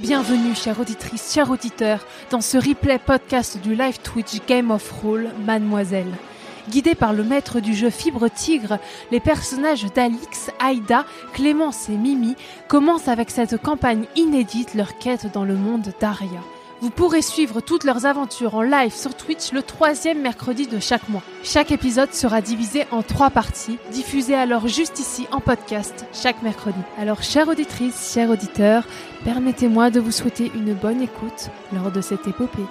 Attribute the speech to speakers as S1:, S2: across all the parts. S1: Bienvenue, chère auditrice, chers auditeurs, dans ce replay podcast du live Twitch Game of Roll Mademoiselle. Guidés par le maître du jeu Fibre Tigre, les personnages d'Alix, Aïda, Clémence et Mimi commencent avec cette campagne inédite leur quête dans le monde d'Aria. Vous pourrez suivre toutes leurs aventures en live sur Twitch le troisième mercredi de chaque mois. Chaque épisode sera divisé en trois parties, diffusées alors juste ici en podcast chaque mercredi. Alors, chère auditrice, chers auditeurs, permettez-moi de vous souhaiter une bonne écoute lors de cette épopée.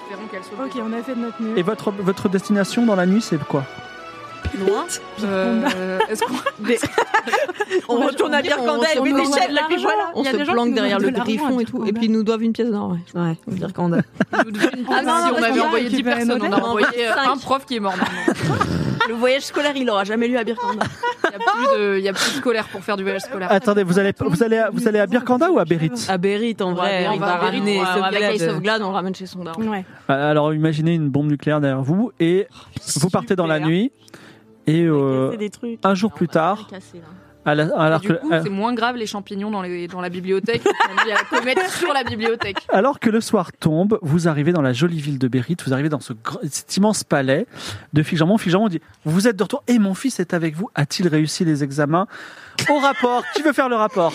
S2: Espérons qu'elle soit
S3: Ok, on a fait de notre mieux.
S4: Et votre, votre destination dans la nuit, c'est quoi
S2: loin. Euh, Est-ce qu'on
S3: On retourne à Birkandel, oui, des chefs, la pigeon.
S5: On
S3: Il y a
S5: se
S3: des gens qui
S5: planque
S3: nous
S5: derrière
S3: donnent
S5: le
S3: de l'argent
S5: griffon
S3: à
S5: et tout.
S3: Birkandel.
S5: Et puis ils nous doivent une pièce d'or, ouais. Ouais, on dire qu'on a.
S2: nous devait une
S3: Ah
S2: place
S3: non,
S2: Si
S3: parce
S2: on
S3: qu'on
S2: avait
S3: a
S2: envoyé 10
S3: récupéré
S2: personnes,
S3: nos
S2: on a
S3: lettres.
S2: envoyé euh,
S5: Cinq.
S2: un prof qui est mort maintenant.
S5: Le voyage scolaire, il aura jamais lu à Birkandel.
S2: Il n'y a, plus de- il y a plus de scolaire pour faire du voyage scolaire.
S4: Attendez, vous allez, vous allez, à- vous allez à Birkanda ou à Bérit
S5: À Berit, en vrai,
S2: Ouais, on
S5: il
S2: va à
S5: va
S2: Bérite,
S5: ramener
S2: on va- on va
S5: Sovglad,
S2: avec Ace of
S5: Sovglad, on ramène chez son daron.
S3: Ouais.
S4: Ah, Alors imaginez une bombe nucléaire derrière vous et vous partez dans la nuit et euh,
S5: des trucs.
S4: un jour plus tard, à la- alors
S2: Et du
S4: que, euh,
S2: coup, c'est moins grave les champignons dans, les, dans la bibliothèque qu'on dit à la comète sur la bibliothèque.
S4: alors que le soir tombe, vous arrivez dans la jolie ville de Bérite, vous arrivez dans ce gr- cet immense palais de Figermont. Figermont dit Vous êtes de retour et mon fils est avec vous. A-t-il réussi les examens Au rapport Qui veut faire le rapport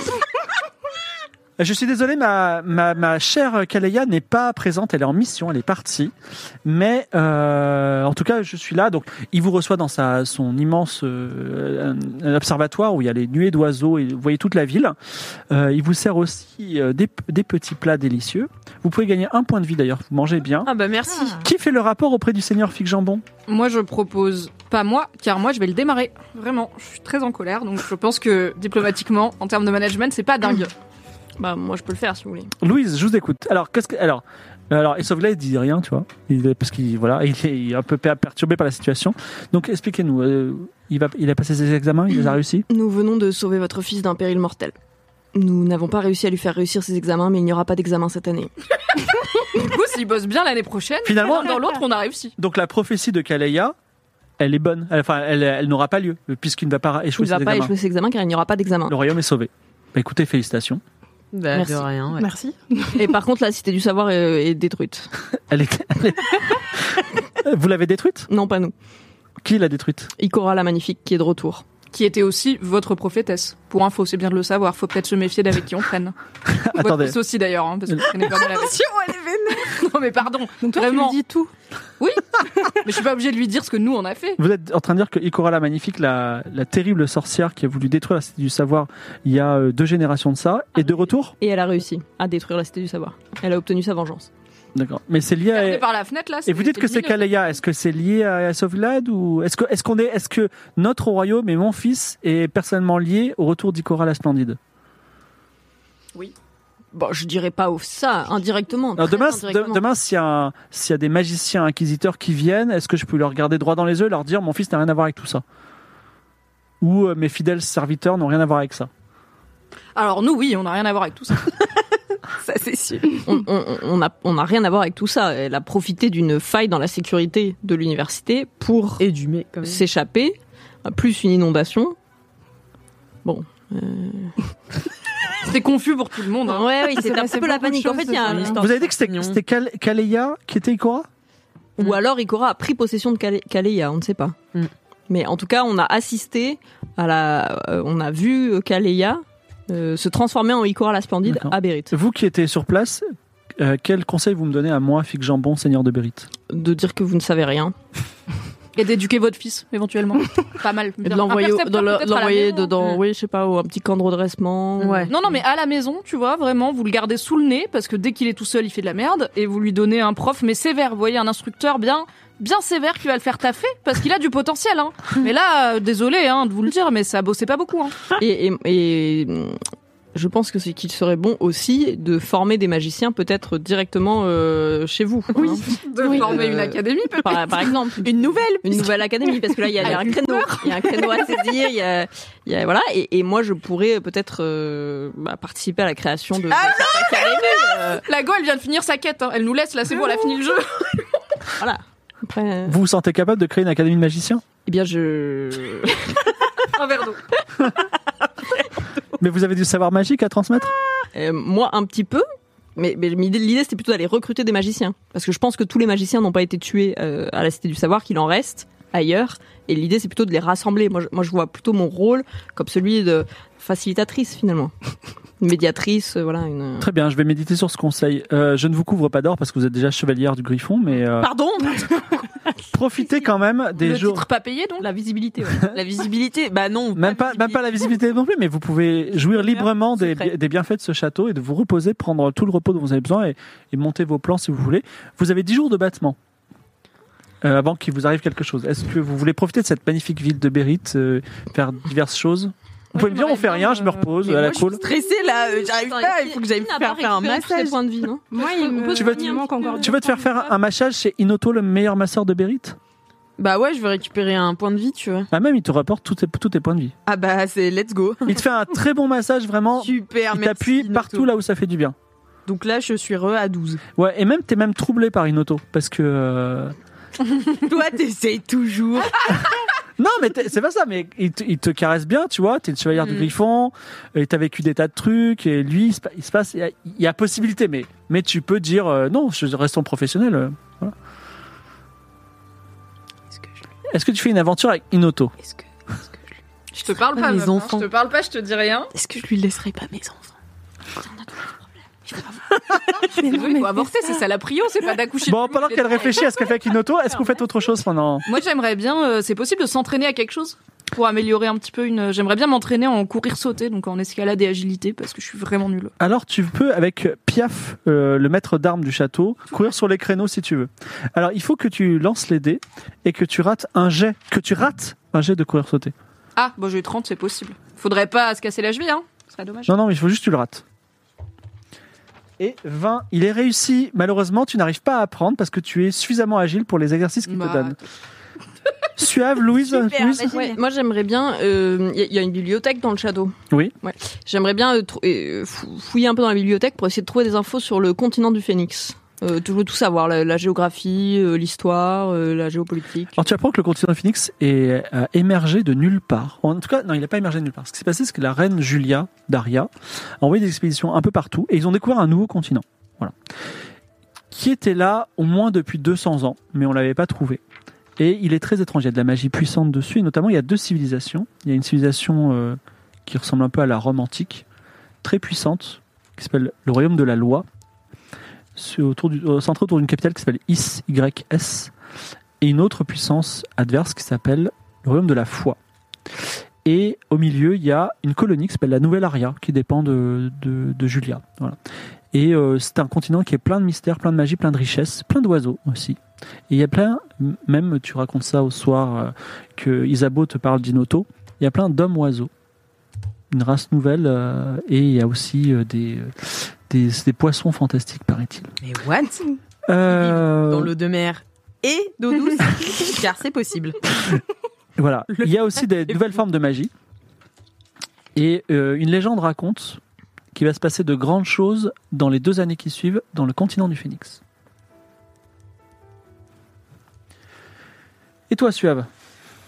S4: Je suis désolé, ma, ma, ma chère Kaleya n'est pas présente, elle est en mission, elle est partie. Mais euh, en tout cas, je suis là. Donc, il vous reçoit dans sa, son immense euh, un- un observatoire où il y a les nuées d'oiseaux et vous voyez toute la ville. Euh, il vous sert aussi euh, des, des petits plats délicieux. Vous pouvez gagner un point de vie d'ailleurs, vous mangez bien.
S5: Ah bah merci.
S4: Qui fait le rapport auprès du seigneur Fig Jambon
S2: Moi, je propose pas moi, car moi, je vais le démarrer. Vraiment, je suis très en colère, donc je pense que diplomatiquement, en termes de management, c'est pas dingue.
S5: Bah moi je peux le faire si vous voulez.
S4: Louise, je vous écoute. Alors, qu'est-ce que. Alors, alors et sauf là, il dit rien, tu vois. Il, parce qu'il voilà, il est il est un peu per- perturbé par la situation. Donc, expliquez-nous. euh, il, va, il a passé ses examens, il les a réussi
S5: Nous venons de sauver votre fils d'un péril mortel. Nous n'avons pas réussi à lui faire réussir ses examens, mais il n'y aura pas d'examen cette année.
S2: Du coup, s'il bosse bien l'année prochaine,
S4: Finalement,
S2: l'un dans l'autre, on a réussi.
S4: donc la prophétie de Kaleya, elle est bonne. Elle- Enfin, elle, elle n'aura pas lieu, puisqu'il ne va pas
S5: Il
S4: échouer
S5: ne
S4: ses
S5: va pas
S4: examens.
S5: échouer ses examens car il n'y aura pas d'examen.
S4: Le royaume est sauvé. Bah, écoutez, félicitations.
S6: Bah,
S5: Merci.
S6: de rien. ouais.
S3: Merci.
S5: Et par contre la cité du savoir est, est détruite.
S4: Elle est- elle est- Vous l'avez détruite
S5: Non pas nous.
S4: Qui l'a détruite
S5: Ikora la magnifique qui est de retour.
S2: Qui était aussi votre prophétesse. Pour info, c'est bien de le savoir. Faut peut-être se méfier d'avec qui on traîne. Votre
S4: Attendez.
S2: fils aussi d'ailleurs, hein, parce que vous traînez pas mal avec. Non mais pardon,
S3: Donc toi,
S2: Vraiment.
S3: tu lui dis tout.
S2: mais je suis pas obligée de lui dire ce que nous on a fait.
S4: Vous êtes en train de dire que Ikora la Magnifique, la, la terrible sorcière qui a voulu détruire la Cité du Savoir il y a euh, deux générations de ça, est de retour
S5: Et elle a réussi à détruire la cité du savoir. Elle a obtenu sa vengeance.
S4: D'accord. Mais c'est lié
S2: Regardez
S4: à...
S2: par la fenêtre là.
S4: Et vous dites que c'est
S2: milieu.
S4: Kaleya, est-ce que c'est lié à Sovglad ou est-ce que est-ce qu'on est est-ce que notre royaume et mon fils est personnellement lié au retour d'Ikora la Splendide
S5: Bon, je dirais pas au- ça indirectement.
S4: Alors,
S5: très
S4: demain de-
S5: indirectement.
S4: demain s'il y a un- s'il y a des magiciens inquisiteurs qui viennent, est-ce que je peux leur regarder droit dans les yeux et leur dire mon fils n'a rien à voir avec tout ça Ou euh, mes fidèles serviteurs n'ont rien à voir avec ça
S2: Alors nous oui, on n'a rien à voir avec tout ça.
S3: Ça, c'est sûr.
S5: on, on, on a, on a rien à voir avec tout ça. Elle a profité d'une faille dans la sécurité de l'université pour
S6: Et du mais quand même.
S5: s'échapper, plus une inondation. Bon. euh,
S2: C'était confus pour tout le monde. hein.
S5: Ouais, oui,
S3: s'est
S5: c'est un
S3: passé
S5: peu la
S3: beaucoup de
S5: panique. En
S3: choses
S5: fait, il y a
S3: ce
S5: un
S3: soir-là.
S5: histoire.
S4: Vous avez dit que c'était
S6: mignon.
S4: c'était Kal- Kaleya qui était Ikora
S5: Ou alors Ikora a pris possession de Kale- Kaleya, on ne sait pas.
S6: Mm.
S5: Mais en tout cas, on a assisté à la. euh, on a vu Kaleya euh, se transformer en Ikora la Splendide
S4: D'accord.
S5: à Bérite.
S4: Vous qui étiez sur place, euh, quel conseil vous me donnez à moi, Fig Jambon, seigneur de Bérite
S5: De dire que vous ne savez rien.
S2: Et d'éduquer votre fils, éventuellement. Pas mal.
S5: Et de l'envoyer au-
S2: Imperceptible,
S5: de le-
S2: peut-être, à la
S5: l'envoyer
S2: maison. euh.
S5: dedans, oui, je sais pas, ou un petit camp de redressement.
S3: Ouais.
S2: Non, non, mais à la maison, tu vois, vraiment, vous le gardez sous le nez, parce que dès qu'il est tout seul, il fait de la merde, et vous lui donnez un prof, mais sévère, vous voyez, un instructeur bien, bien sévère qui va le faire taffer, parce qu'il a du potentiel, hein. Mais là, euh, désolé, hein, de vous le dire, mais ça bossait pas beaucoup, hein.
S5: Et, et- et, hum, je pense que c'est qu'il serait bon aussi de former des magiciens peut-être directement euh, chez vous. Oui.
S2: De
S5: Oui. former une académie, Par, par exemple.
S3: Une nouvelle
S5: Une nouvelle académie, parce que là, il y a, il y a un créneau. Il y a un créneau à saisir. Il y a, il y a- voilà. Et, et moi, je pourrais peut-être euh, bah, participer à la création de.
S3: Ah
S5: de cette académie, euh,
S2: La go, elle vient de finir sa quête, hein. Elle nous laisse, là, c'est bon, elle a fini le jeu.
S5: voilà. Après, euh,
S4: Vous vous sentez capable de créer une académie de magiciens
S5: eh bien, je.
S2: Un verre d'eau.
S4: Mais vous avez du savoir magique à transmettre
S5: Euh, moi, un petit peu. Mais, mais l'idée, l'idée, c'était plutôt d'aller recruter des magiciens. Parce que je pense que tous les magiciens n'ont pas été tués euh, à la Cité du Savoir, qu'il en reste ailleurs. Et l'idée, c'est plutôt de les rassembler. Moi je, moi, je vois plutôt mon rôle comme celui de facilitatrice, finalement. Une médiatrice, euh, voilà. Une...
S4: Très bien, je vais méditer sur ce conseil. Euh, je ne vous couvre pas d'or parce que vous êtes déjà chevalière du Griffon, mais euh,
S5: Ah.
S3: Pardon
S4: profitez quand même des
S2: le
S4: jours.
S2: titre pas payé, donc.
S5: La visibilité,
S3: La visibilité Bah non.
S4: Même pas, même pas la visibilité non plus, mais vous pouvez jouir librement des,
S5: Secret.
S4: bi- des bienfaits de ce château et de vous reposer, prendre tout le repos dont vous avez besoin et, et monter vos plans si vous voulez. Vous avez 10 jours de battement euh, avant qu'il vous arrive quelque chose. Est-ce que vous voulez profiter de cette magnifique ville de Bérite, euh, faire diverses choses Vous pouvez me dire on
S2: j'aimerais
S4: fait rien,
S2: bien,
S4: je me
S2: euh,
S4: repose,
S3: Mais
S4: à la
S3: moi, je suis
S4: cool.
S3: stressée là, euh, j'arrive pas, il faut que j'aille me faire faire un massage.
S5: Point de vie, non
S6: Moi, il me
S4: Tu veux-
S6: il me manque encore.
S4: Tu veux te faire faire un machage chez Inoto, le meilleur masseur de Bérite
S3: Bah ouais, je veux récupérer un point de vie, tu vois.
S4: Ah même, il te rapporte tous tes, tous tes points de vie.
S3: Ah bah c'est let's go.
S4: Il te fait un très bon massage, vraiment.
S3: Super,
S4: Il
S3: merci.
S4: t'appuie
S3: Inoto.
S4: partout là où ça fait du bien.
S3: Donc là, je suis re à 12.
S4: Ouais, et même, t'es même troublé par Inoto parce que... euh,
S3: Toi, t'essayes toujours.
S4: Non, mais t'es- c'est pas ça, mais il te, il te caresse bien, tu vois. T'es une chevalière du
S3: Mm.
S4: griffon, euh, t'as vécu des tas de trucs, et lui, il se, pa- il se passe, il y a- il y, a possibilité, mais, mais tu peux dire euh, non, je reste en professionnel. euh, voilà. Est-ce que tu fais une aventure avec Inoto
S6: Est-ce que,
S2: Je te parle pas,
S3: Mes
S2: meuf, hein.
S3: enfants.
S2: Je te parle pas, je te dis rien.
S6: est-ce que je lui laisserai pas mes enfants
S2: Mais non, mais faut avorter, c'est ça la prio, c'est pas d'accoucher.
S4: Bon,
S2: plus
S4: pendant
S2: vite.
S4: qu'elle réfléchit à ce qu'elle fait avec Inoto, est-ce que vous faites autre chose pendant
S2: Moi, j'aimerais bien. euh, c'est possible de s'entraîner à quelque chose pour améliorer un petit peu une. J'aimerais bien m'entraîner en courir, sauter, donc en escalade et agilité, parce que je suis vraiment nulle.
S4: Alors, tu peux, avec Piaf, euh, le maître d'armes du château, courir sur les créneaux si tu veux. Alors, il faut que tu lances les dés et que tu rates un jet, que tu rates un jet de courir sauter.
S2: Ah, bon, j'ai eu 30, c'est possible. Faudrait pas se casser la cheville, hein. Ce serait dommage.
S4: Non, non, mais il faut juste que tu le rates. Et 20, il est réussi. Malheureusement, tu n'arrives pas à apprendre parce que tu es suffisamment agile pour les exercices qu'il
S2: Bah,
S4: te donne. Suave, Louise, Louise
S5: Ouais, moi j'aimerais bien. euh, Il y, a- il y a une bibliothèque dans le château.
S4: Oui.
S5: Ouais. J'aimerais bien euh, trou- euh, fou- fouiller un peu dans la bibliothèque pour essayer de trouver des infos sur le continent du Phénix. Euh, tout, tout savoir, la, la géographie, euh, l'histoire, euh, la géopolitique.
S4: Alors, tu apprends que le continent Phoenix est euh, émergé de nulle part. En tout cas, non, il n'a pas émergé de nulle part. Ce qui s'est passé, c'est que la reine Julia Daria a envoyé des expéditions un peu partout et ils ont découvert un nouveau continent. Voilà. Qui était là au moins depuis 200 ans, mais on ne l'avait pas trouvé. Et il est très étrange. Il y a de la magie puissante dessus. Et notamment, il y a deux civilisations. Il y a une civilisation euh, qui ressemble un peu à la Rome antique, très puissante, qui s'appelle le royaume de la loi. C'est autour du- euh, centré autour d'une capitale qui s'appelle Is, YS et une autre puissance adverse qui s'appelle le royaume de la foi. Et au milieu, il y a une colonie qui s'appelle la Nouvelle Aria, qui dépend de, de, de Julia. Voilà. Et euh, c'est un continent qui est plein de mystères, plein de magie, plein de richesses, plein d'oiseaux aussi. Et il y a plein, même tu racontes ça au soir euh, que Isabeau te parle d'Inoto, il y a plein d'hommes-oiseaux, une race nouvelle, euh, et il y a aussi euh, des, euh, des, des poissons fantastiques, paraît-il.
S3: Mais what
S4: Euh,
S3: Dans l'eau de mer et d'eau douce, car c'est possible.
S4: Voilà. Il y a aussi des nouvelles formes de magie. Et euh, une légende raconte qu'il va se passer de grandes choses dans les deux années qui suivent dans le continent du Phénix. Et toi, Suave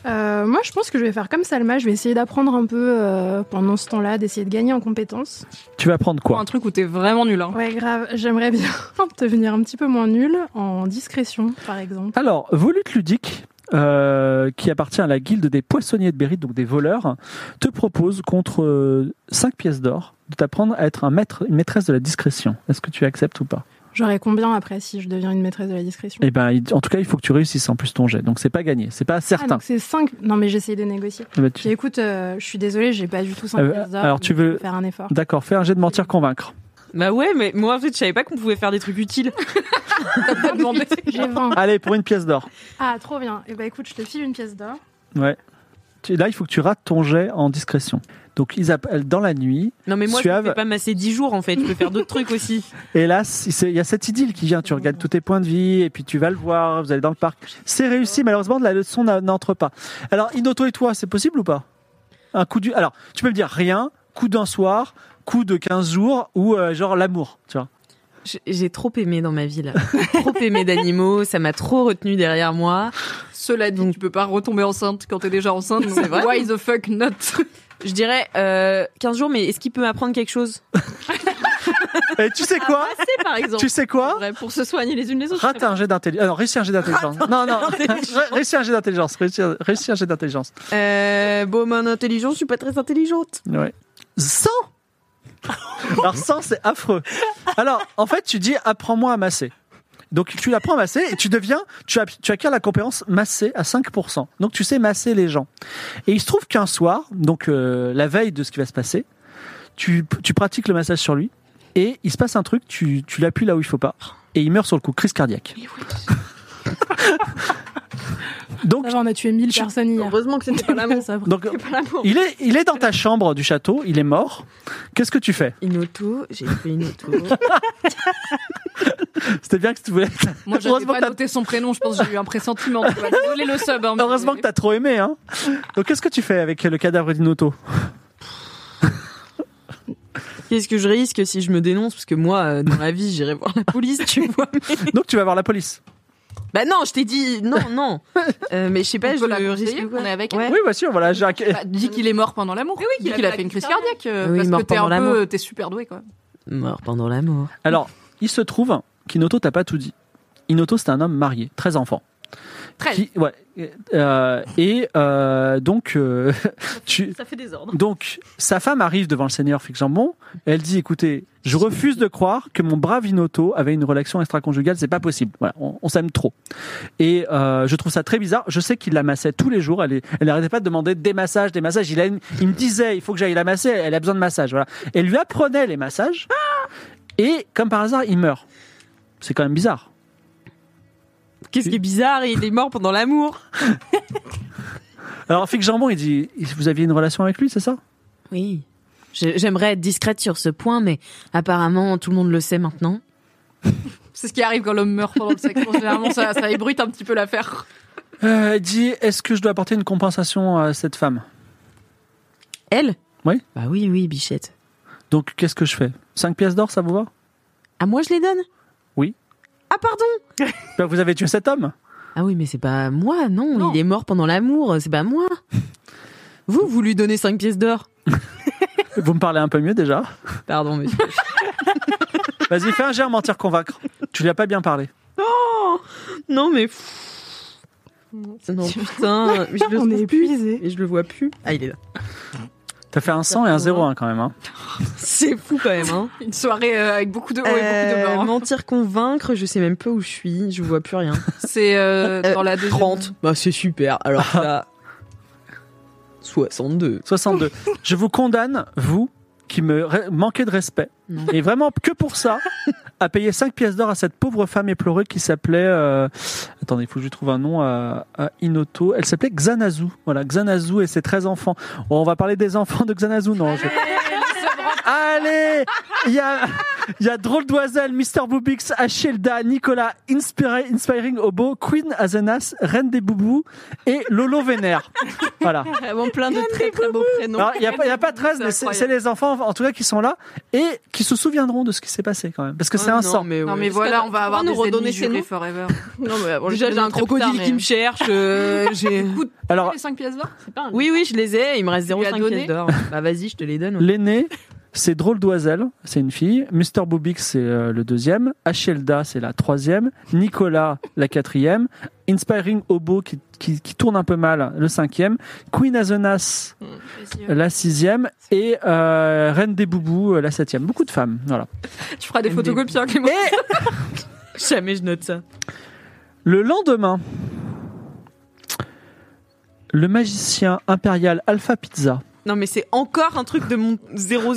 S6: Euh, Moi, je pense que je vais faire comme Salma. Je vais essayer d'apprendre un peu euh, pendant ce temps-là, d'essayer de gagner en compétences.
S4: Tu vas apprendre
S2: Pour
S4: quoi
S2: un truc où t'es vraiment nul, hein.
S6: Ouais, grave. J'aimerais bien devenir un petit peu moins nulle en discrétion, par exemple.
S4: Alors, Volute Ludique, euh, qui appartient à la guilde des poissonniers de Bérite, donc des voleurs, te propose euh, contre 5 pièces d'or de t'apprendre à être un maître, une maîtresse de la discrétion. Est-ce que tu acceptes ou pas
S6: J'aurais combien après si je deviens une maîtresse de la discrétion
S4: Eh ben, il- en tout cas, il faut que tu réussisses en plus ton jet. Donc c'est pas gagné, c'est pas
S6: Ah,
S4: certain.
S6: donc c'est 5. Ah Non, mais j'essaye de négocier.
S4: Eh ben, tu-
S6: Puis écoute, euh, je suis désolée, j'ai pas du tout 5
S4: Euh, alors, tu veux-
S6: faire un effort.
S4: D'accord, fais un jet de mentir convaincre.
S3: Bah ouais, mais moi en fait, je savais pas qu'on pouvait faire des trucs utiles. T'as pas demandé.
S6: J'ai 20.
S4: Allez, pour une pièce d'or.
S6: Ah, trop bien. Et bah écoute, je te file une pièce d'or.
S4: Ouais. Tu- Là, il faut que tu rates ton jet en discrétion. Donc ils appellent dans la nuit.
S3: Non mais moi,
S4: Suave.
S3: je peux pas masser 10 jours en fait. Je peux faire d'autres trucs aussi.
S4: Hélas, il s'est- il y a cette idylle qui vient. Tu regardes tous tes points de vie et puis tu vas le voir. Vous allez dans le parc. C'est réussi. Malheureusement, la leçon n'a- n'entre pas. Alors, Inoto et toi, c'est possible ou pas Un coup du. Alors, tu peux me dire rien, coup d'un soir, coup de 15 jours ou euh, genre l'amour, tu vois.
S3: J'ai- J'ai trop aimé dans ma vie là. trop aimé d'animaux. Ça m'a trop retenu derrière moi.
S2: Cela dit, tu peux pas retomber enceinte quand t'es déjà enceinte. donc Why the fuck not
S3: Je dirais euh, 15 jours, mais est-ce qu'il peut m'apprendre quelque chose
S4: Et tu sais quoi
S5: Ah, C'est par exemple.
S4: Tu sais quoi
S5: vrai, pour se soigner les unes les autres.
S4: Rate un jet d'intelligence. Alors, réussis un jet d'intelligence. Non, non, réussis un jet d'intelligence. Réussis un- réussis un jet d'intelligence.
S3: euh, Bon, mon intelligence, je suis pas très intelligente.
S4: Ouais. 100 Alors 100, c'est affreux. Alors, en fait, tu dis apprends-moi à masser. Donc tu l'apprends à masser et tu deviens, tu, app- tu acquiers la compétence masser à 5%. Donc tu sais masser les gens. Et il se trouve qu'un soir, donc euh, la veille de ce qui va se passer, tu, tu pratiques le massage sur lui et il se passe un truc, tu, tu l'appuies là où il faut pas et il meurt sur le coup, crise cardiaque. donc
S6: Ça va, on a tué 1000 personnes hier.
S5: Heureusement que c'était pas l'amour.
S6: Ça va.
S4: donc
S5: C'est pas l'amour.
S4: il est, il est dans ta chambre du château, il est mort. Qu'est-ce que tu fais
S3: Inoto, j'ai fait Inoto.
S4: C'était bien que tu voulais.
S2: Moi, j'avais
S4: heureusement,
S2: pas
S4: que t'as-
S2: noté son prénom, je pense que j'ai eu un pressentiment. tu vois. Désolé le sub. hein, mais-
S4: heureusement que t'as trop aimé, hein. Donc, qu'est-ce que tu fais avec le cadavre d'Inoto
S3: Qu'est-ce que je risque si je me dénonce Parce que moi, euh, dans la vie, j'irai voir la police, tu vois. mais-
S4: Donc, tu vas voir la police.
S3: Bah non, je t'ai dit non, non. Euh, mais je sais pas,
S2: On
S3: je
S2: peut la
S3: risque
S2: conseiller,
S3: quoi
S2: on est avec
S3: Ouais.
S4: Oui, bien sûr, voilà, Jacques.
S2: Bah, dis qu'il est mort pendant l'amour.
S5: qu'il
S2: dis
S5: a
S2: Eh qu'il a
S5: fait
S2: fait une
S5: la
S2: crise
S5: crise
S2: cardiaque. euh,
S3: Oui,
S2: parce
S3: mort
S2: que t'es un
S3: pendant
S2: peu, t'es super doué quoi.
S3: Mort pendant l'amour.
S4: Alors, il se trouve qu'Inoto t'a pas tout dit. Inoto, c'est un homme marié, 13 enfants.
S2: Treize.
S4: Qui- ouais. Euh, et euh, donc, euh, tu,
S5: Ça fait des ordres.
S4: donc, sa femme arrive devant le seigneur Fix Jambon. Elle dit écoutez, je refuse de croire que mon brave Inoto avait une relation extra-conjugale. C'est pas possible. Voilà, on, on s'aime trop. Et euh, je trouve ça très bizarre. Je sais qu'il la massait tous les jours. Elle est- elle n'arrêtait pas de demander des massages, des massages. Il, a une- il me disait il faut que j'aille la masser. Elle a besoin de massages. Voilà. Elle lui apprenait les massages. Et comme par hasard, il meurt. C'est quand même bizarre.
S3: Qu'est-ce qui est bizarre Il est mort pendant l'amour.
S4: Alors Fix Jambon, il dit vous aviez une relation avec lui, c'est ça
S3: Oui. Je- J'aimerais être discrète sur ce point, mais apparemment, tout le monde le sait maintenant.
S2: C'est ce qui arrive quand l'homme meurt pendant le sexe. Généralement, ça, ça ébrute un petit peu l'affaire.
S4: euh, Elle dit est-ce que je dois apporter une compensation à cette femme
S3: Elle
S4: Oui.
S3: Bah oui, oui, Bichette.
S4: Donc qu'est-ce que je fais 5 pièces d'or, ça vous va
S3: Ah, moi, je les donne
S4: Oui.
S3: Ah, pardon
S4: Ben, Vous avez tué cet homme
S3: Ah oui, mais c'est pas moi, non.
S2: Non.
S3: Il est mort pendant l'amour, c'est pas moi. Vous, vous lui donnez 5 pièces d'or.
S4: Vous me parlez un peu mieux déjà.
S3: Pardon, mais
S4: Vas-y, fais un jet à mentir convaincre. Tu lui as pas bien parlé.
S3: Non, mais. Non, putain. Mais je le
S6: On
S3: trouve
S6: est
S3: plus.
S6: épuisés.
S3: Et je le vois plus. Ah, il est là.
S4: T'as fait un 100 et un 0 quand même. Hein.
S3: C'est fou quand même, hein.
S2: Une soirée euh, avec beaucoup de hauts et beaucoup de
S3: Euh,
S2: bas. hein.
S3: mentir, convaincre, je sais même pas où je suis, je vois plus rien.
S2: C'est euh, dans la deuxième.
S3: 30, bah c'est super. Alors ça. 62.
S4: 62. Je vous condamne, vous, qui me re- manquez de respect,
S3: Non.
S4: et vraiment que pour ça, à payer 5 pièces d'or à cette pauvre femme éplorée qui s'appelait... euh, Attendez, il faut que je lui trouve un nom à, à Inoto. Elle s'appelait Xanazu. Voilà, Xanazu et ses 13 enfants. on va parler des enfants de Xanazu, non je- Allez Il y a... Il y a Drôle d'Oiselle, Mr. Boobix, Achilda, Nicolas, Inspira- Inspiring Obo, Queen Azenas, Reine des Boubous et Lolo Vénère. Voilà.
S5: Vraiment plein de très très beaux prénoms.
S4: Alors, Il n'y a, pas- il y a pas 13, mais
S2: C'est
S4: c'est c'est
S2: incroyable.
S4: les enfants, en tout cas, qui sont là et qui se souviendront de ce qui s'est passé quand même. Parce que c'est un sang.
S3: Ah mais,
S2: Ah Non
S3: ouais.
S2: mais voilà, on va avoir
S5: nous
S2: des
S5: redonner
S2: ennemis
S5: ses
S2: jurés
S5: noms
S2: forever.
S5: Non, mais avant,
S3: Déjà,
S5: je
S3: j'ai un
S5: connais très
S3: crocodile
S5: tard, mais-
S3: qui me cherche. euh, j'ai-
S4: Alors,
S2: Les 5 pièces d'or
S3: oui, oui, je les ai. Il me reste
S2: lui as
S3: 0,5
S2: donné
S3: pièces d'or. Bah vas-y, je te les donne. ouais.
S4: l'aîné, c'est Drôle d'Oiselle, c'est une fille. Mr. Boobix, c'est euh, le deuxième. Achilda, c'est la troisième. Nicolas, la quatrième. Inspiring Hobo qui, qui- qui tourne un peu mal, le cinquième. Queen Azonas,
S2: Mmh,
S4: la sixième. Et euh, Reine des Boubous, euh, la septième. Beaucoup de femmes, voilà.
S2: Tu feras des photocopies avec les mots.
S3: Jamais je note ça.
S4: Le lendemain, le magicien impérial Alpha Pizza,
S3: Non, mais c'est encore un truc de mon 000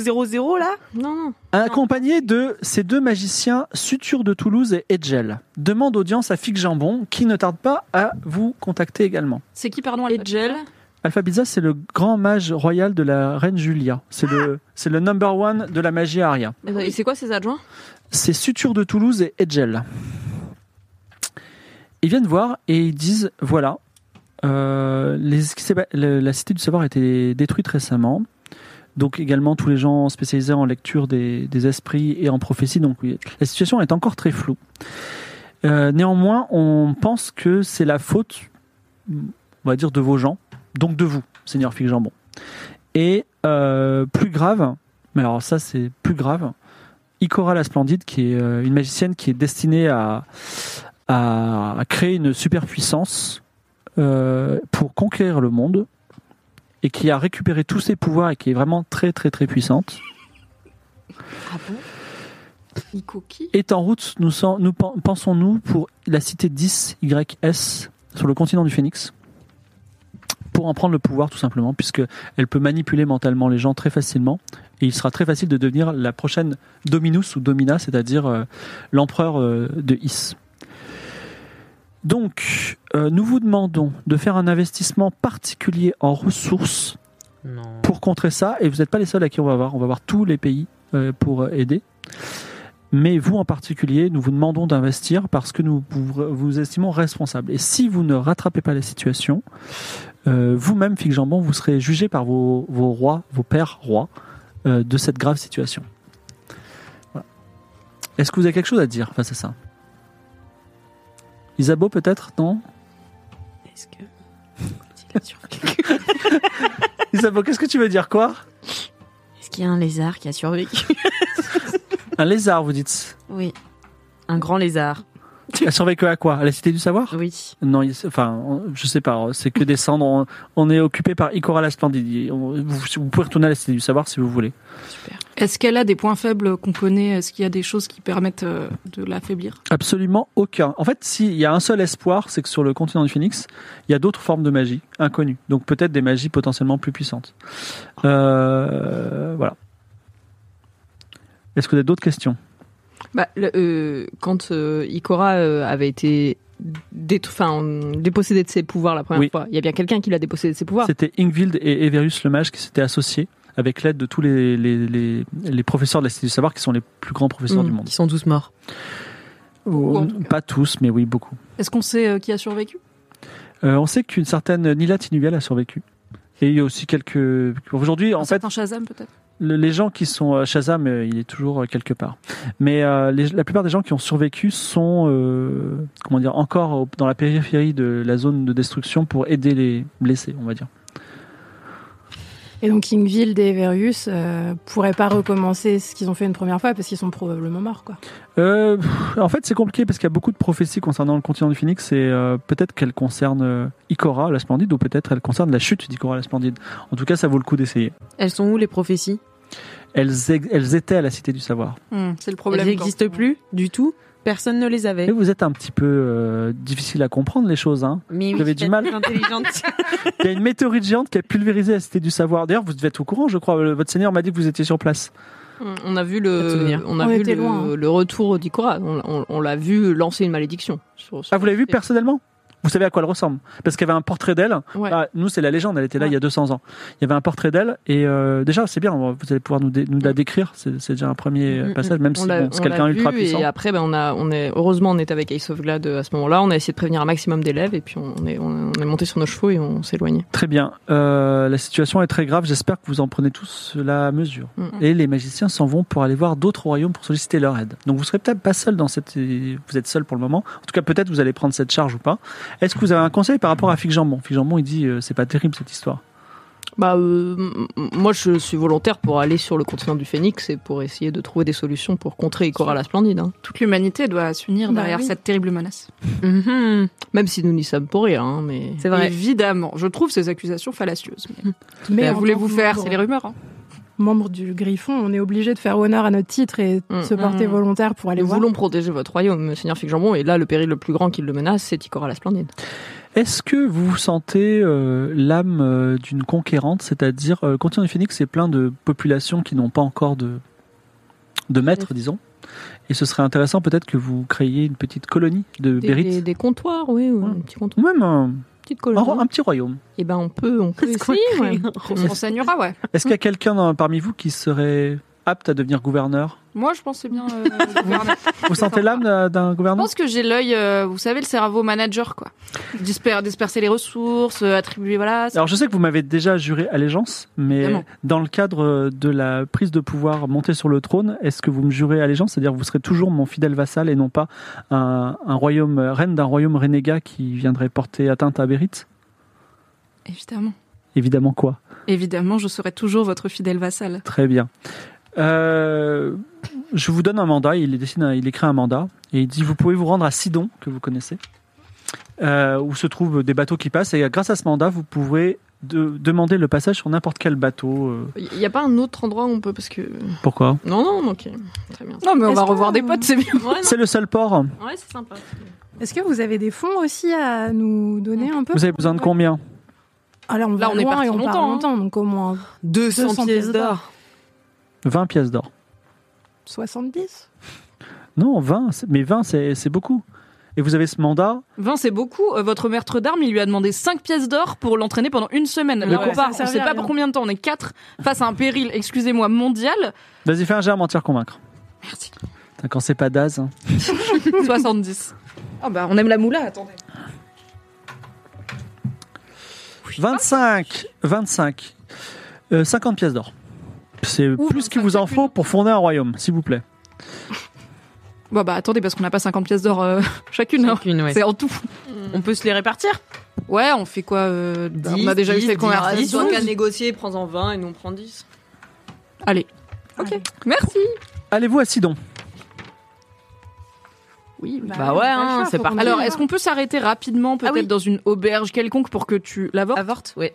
S3: là
S5: Non, non.
S4: accompagné de ses deux magiciens Suture de Toulouse et Edgel, demande audience à Fig Jambon, qui ne tarde pas à vous contacter également.
S2: C'est qui, pardon, les gels
S5: Bah,
S4: Alpha Pizza, c'est le grand mage royal de la reine Julia. C'est le, c'est le number one de la magie aria.
S5: Et c'est quoi ces adjoints
S4: C'est Suture de Toulouse et Edgel. Ils viennent voir et ils disent voilà, euh, les- ce qui s'est pas- le- la cité du savoir a été détruite récemment. Donc également tous les gens spécialisés en lecture des, des esprits et en prophétie. Donc oui, la situation est encore très floue. Euh, néanmoins, on pense que c'est la faute, on va dire, de vos gens, donc de vous, Seigneur Fig Jambon. Et euh, plus grave, mais alors ça c'est plus grave, Ikora la Splendide, qui est euh, une magicienne qui est destinée à, à créer une superpuissance euh, pour conquérir le monde et qui a récupéré tous ses pouvoirs et qui est vraiment très très très puissante.
S2: Nico qui
S4: Est en route, nous, sens- nous pen- pensons-nous, pour la cité 10 YS sur le continent du Phénix pour en prendre le pouvoir tout simplement, puisque elle peut manipuler mentalement les gens très facilement, et il sera très facile de devenir la prochaine Dominus ou Domina, c'est-à-dire euh, l'empereur euh, de Is. Donc, euh, nous vous demandons de faire un investissement particulier en ressources
S7: Non.
S4: pour contrer ça, et vous n'êtes pas les seuls à qui on va voir, on va voir tous les pays euh, pour euh, aider. Mais vous en particulier, nous vous demandons d'investir parce que nous vous, vous estimons responsable. Et si vous ne rattrapez pas la situation, euh, vous-même, Fig Jambon, vous serez jugé par vos, vos rois, vos pères rois, euh, de cette grave situation. Voilà. Est-ce que vous avez quelque chose à dire face à ça Isabeau, peut-être Non
S3: Est-ce que. Il a survécu
S4: Isabeau, qu'est-ce que tu veux dire Quoi
S3: Est-ce qu'il y a un lézard qui a survécu
S4: Un lézard, vous dites.
S3: Oui. Un grand lézard.
S4: Elle surveille que à quoi À la cité du savoir
S3: Oui.
S4: Non, il- enfin, on- je sais pas, c'est que des cendres. On, on est occupé par Ikora la Splendide. On- Vous, vous pouvez retourner à la Cité du Savoir si vous voulez.
S2: Est-ce qu'elle a des points faibles qu'on connaît Est-ce qu'il y a des choses qui permettent euh, de l'affaiblir
S4: Absolument aucun. En fait, s'il y a un seul espoir, c'est que sur le continent du Phoenix, il y a d'autres formes de magie inconnues. Donc peut-être des magies potentiellement plus puissantes. Euh, voilà. Est-ce que vous avez d'autres questions
S5: Bah, le- euh, quand euh, Ikora euh, avait été dé- enfin, dépossédé de ses pouvoirs la première
S4: Oui.
S5: fois, il y a bien quelqu'un qui l'a dépossédé de ses pouvoirs.
S4: C'était Ingvild et Everus le mage qui s'étaient associés avec l'aide de tous les, les, les- les professeurs de la Cité du Savoir qui sont les plus grands professeurs
S3: Mm,
S4: du monde.
S3: Ils sont tous morts.
S2: Ou en tout
S4: Pas tous, mais oui, beaucoup.
S2: Est-ce qu'on sait euh, qui a survécu
S4: Euh, on sait qu'une certaine Nila Tinuvial a survécu. Et il y a aussi quelques. Aujourd'hui,
S2: Un
S4: en fait,
S2: certain Shazam peut-être
S4: le- les gens qui sont. euh, Shazam, euh, il est toujours euh, quelque part. Mais euh, les- la plupart des gens qui ont survécu sont. euh, comment dire Encore au- dans la périphérie de la zone de destruction pour aider les blessés, on va dire.
S6: Et donc Ingvild et Verius euh, pourraient pas recommencer ce qu'ils ont fait une première fois parce qu'ils sont probablement morts quoi.
S4: Euh, pff, en fait, c'est compliqué parce qu'il y a beaucoup de prophéties concernant le continent du Phoenix et euh, peut-être qu'elles concernent euh, Ikora la Splendide ou peut-être elles concernent la chute d'Ikora la Splendide. En tout cas, ça vaut le coup d'essayer.
S3: Elles sont où les prophéties
S4: Elles, ex- elles étaient à la Cité du Savoir.
S2: Hmm, C'est le problème.
S3: Elles
S2: quand-
S3: n'existent plus du tout. Personne ne les
S4: Et
S3: avait.
S4: vous êtes un petit peu euh, difficile à comprendre les choses. Hein.
S3: Mais
S4: Vous avez du mal.
S3: Intelligente.
S4: Il y a une météorite géante qui a pulvérisé la cité du savoir. D'ailleurs, vous devez être au courant, je crois. Le- Votre seigneur m'a dit que vous étiez sur place.
S5: On- Mm, On a vu
S3: Pas de souvenir.
S5: le, on a
S6: On
S5: vu
S6: était
S5: le,
S6: loin, hein.
S5: le retour d'Ikora. On, on- on l'a vu lancer une malédiction. sur- sur-
S4: Ah, vous l'avez vu personnellement Vous savez à quoi elle ressemble Parce qu'il y avait un portrait d'elle.
S5: Ouais.
S4: Ah, nous, c'est la légende. Elle était là
S5: Ouais.
S4: il y a 200 ans. Il y avait un portrait d'elle. Et euh, déjà, c'est bien. on va- Vous allez pouvoir nous, dé- nous la
S5: Mm.
S4: décrire. C'est c'est déjà un premier euh,
S5: Mm,
S4: passage, même
S5: On
S4: si
S5: l'a-
S4: bon, c'est
S5: on l'a
S4: quelqu'un
S5: vu
S4: ultra puissant.
S5: Et après, ben, on a, on est, heureusement, on est avec Ace of Glad euh, à ce moment-là. On a essayé de prévenir un maximum d'élèves et puis on on est, on est monté sur nos chevaux et on s'est éloigné.
S4: Très bien. Euh, la situation est très grave. J'espère que vous en prenez tous la mesure.
S5: Mm.
S4: Et les magiciens s'en vont pour aller voir d'autres royaumes pour solliciter leur aide. Donc vous serez peut-être pas seul dans cette. Vous êtes seul pour le moment. En tout cas, peut-être vous allez prendre cette charge ou pas. Est-ce que vous avez un conseil par rapport à Fig Jambon Fig Jambon, il dit euh, c'est pas terrible cette histoire.
S5: Bah, euh, m- m- moi, je suis volontaire pour aller sur le continent du Phénix et pour essayer de trouver des solutions pour contrer Ikora la Splendide. hein.
S2: Toute l'humanité doit s'unir
S6: Bah
S2: derrière
S6: oui.
S2: cette terrible menace.
S5: Même si nous n'y sommes pour rien, hein, mais.
S3: C'est vrai.
S2: Évidemment, je trouve ces accusations fallacieuses. Mais
S6: Mais
S2: que
S6: en
S2: voulez-vous
S6: tant que
S2: faire
S6: membre-
S2: C'est les rumeurs. hein.
S6: Membre du Griffon, on est obligé de faire honneur à notre titre et de
S5: Mm.
S6: se porter
S2: Mm.
S6: volontaire pour aller
S5: Nous
S6: voir.
S5: voulons protéger votre royaume, Seigneur Fic-Jambon, et là, le péril le plus grand qui le menace, c'est Ikora la Splendide.
S4: Est-ce que vous sentez euh, l'âme euh, d'une conquérante, c'est-à-dire euh, le continent du Phénix, c'est plein de populations qui n'ont pas encore de de maîtres, disons. Et ce serait intéressant peut-être que vous créiez une petite colonie de
S5: Des,
S4: Bérite,
S5: des- des comptoirs, oui, ou un
S4: Ouais.
S5: petit comptoir,
S4: ou même un,
S5: une petite
S4: un ro-
S2: hein.
S5: colonie.
S4: un petit royaume.
S5: Et ben, on peut, on peut
S3: qu'on
S5: essayer, ouais.
S2: On se renseignera, ouais.
S4: Est-ce qu'il y a quelqu'un dans- parmi vous qui serait apte à devenir gouverneur
S2: Moi, je pensais bien. euh, gouverner.
S4: Vous sentez l'âme d'un- d'un
S2: Je
S4: gouverneur
S2: pense que j'ai l'œil, euh, vous savez, le cerveau manager, quoi. Disper- disperser les ressources, euh, attribuer, voilà. c'est-
S4: Alors je sais que vous m'avez déjà juré allégeance, mais
S2: Évidemment.
S4: dans le cadre de la prise de pouvoir montée sur le trône, est-ce que vous me jurez allégeance C'est-à-dire que vous serez toujours mon fidèle vassal et non pas un, un royaume euh, reine d'un royaume renégat qui viendrait porter atteinte à Bérite
S2: Évidemment.
S4: Évidemment quoi
S2: Évidemment, je serai toujours votre fidèle vassal.
S4: Très bien. Euh, je vous donne un mandat, il, dessine un- il écrit un mandat et il dit vous pouvez vous rendre à Sidon, que vous connaissez, euh, où se trouvent des bateaux qui passent et grâce à ce mandat vous pourrez de- demander le passage sur n'importe quel bateau. euh,
S5: Il n'y a pas un autre endroit où on peut, parce que.
S4: pourquoi
S5: Non, non, ok. Très bien.
S2: Non, mais on
S6: Est-ce
S2: va
S6: que-
S2: revoir des potes, c'est bien.
S5: Ouais,
S4: C'est le seul port.
S5: non, ouais, c'est sympa.
S6: Est-ce que vous avez des fonds aussi à nous donner un peu
S4: Vous avez besoin de combien
S6: Ah là, on
S2: Là,
S6: va
S2: on est
S6: loin
S2: parti
S6: et on part
S2: longtemps, hein.
S6: longtemps, donc au moins
S3: 200,
S6: 200
S3: pièces
S6: pièces
S3: d'or.
S4: 20 pièces d'or.
S6: 70
S4: Non, 20, c'est- mais 20 c'est c'est beaucoup. Et vous avez ce mandat,
S2: 20, c'est beaucoup. Euh, votre maître d'armes, il lui a demandé 5 pièces d'or pour l'entraîner pendant une semaine. Là,
S6: ouais,
S2: on part.
S6: ça
S2: On
S6: servira
S2: sait pas
S6: à
S2: pour
S6: rien.
S2: combien de temps. On est 4 face à un péril, excusez-moi, mondial.
S4: vas-y fais un jet à mentir convaincre.
S2: Merci.
S4: Putain, Quand c'est pas d'az. hein.
S2: 70. Ah bah, on aime la moula, attendez.
S4: 25 25 Euh, 50 pièces d'or. C'est
S2: Ouh,
S4: plus
S2: 25
S4: qu'il vous en
S2: chacune.
S4: faut pour fonder un royaume, s'il vous plaît.
S2: Bah, bah, attendez, parce qu'on n'a pas 50 pièces d'or euh, chacune. hein.
S3: Chacune, ouais.
S2: C'est en tout.
S3: On peut se les répartir
S2: Ouais, on fait quoi euh, On a déjà eu cette conversation.
S5: négocier, prends-en 20 et nous on prend 10.
S2: Allez. Ok. Merci.
S4: Allez-vous à Sidon
S2: Oui,
S6: Bah,
S3: Bah ouais,
S6: pas le
S3: hein,
S6: choix,
S3: c'est
S6: faut
S3: parti.
S6: qu'on
S2: Alors,
S6: aille
S2: est-ce
S6: voir.
S2: qu'on peut s'arrêter rapidement, peut-être
S3: oui.
S2: dans une auberge quelconque, pour que tu l'avortes
S3: Avorte, oui.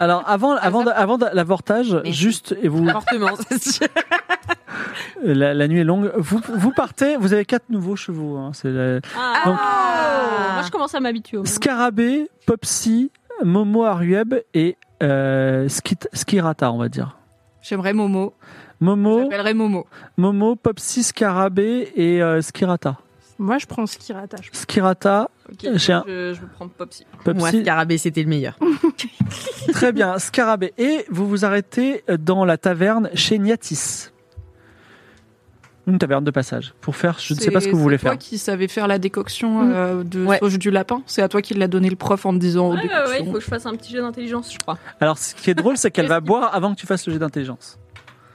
S4: Alors avant, avant, de- avant de- l'avortage,
S3: Merci.
S4: juste, et vous,
S3: Avortement, c'est sûr.
S4: la, la nuit est longue, vous, vous partez, vous avez quatre nouveaux chevaux. hein, c'est la-
S5: Ah,
S4: Donc-
S5: Moi je commence à m'habituer. au moins.
S4: Scarabée, Popsy, Momo Arueb et euh, Skit- Skirata, on va dire.
S2: J'aimerais Momo.
S4: Momo,
S2: J'appellerais Momo.
S4: Momo, Popsy, Scarabée et euh, Skirata.
S6: Moi, je prends ce qui rattache.
S4: Skirata,
S5: Ok,
S4: j'ai un-
S5: je, je me prends Popsy.
S3: Moi,
S4: Popsy.
S3: Scarabée, c'était le meilleur.
S4: Très bien, Scarabée. Et vous vous arrêtez dans la taverne chez Niatis. Une taverne de passage. Pour faire, je ne sais pas ce que vous voulez faire.
S2: C'est toi qui savais faire la décoction
S6: Mm.
S2: euh, de
S3: Ouais.
S2: sauge du lapin. C'est à toi qui l'a donné le prof en te disant. oh,
S5: Ah, Ouais, ouais,
S2: décoction.
S5: ouais, il faut que je fasse un petit jeu d'intelligence, je crois.
S4: Alors, ce qui est drôle, c'est qu'elle va boire avant que tu fasses le jet d'intelligence.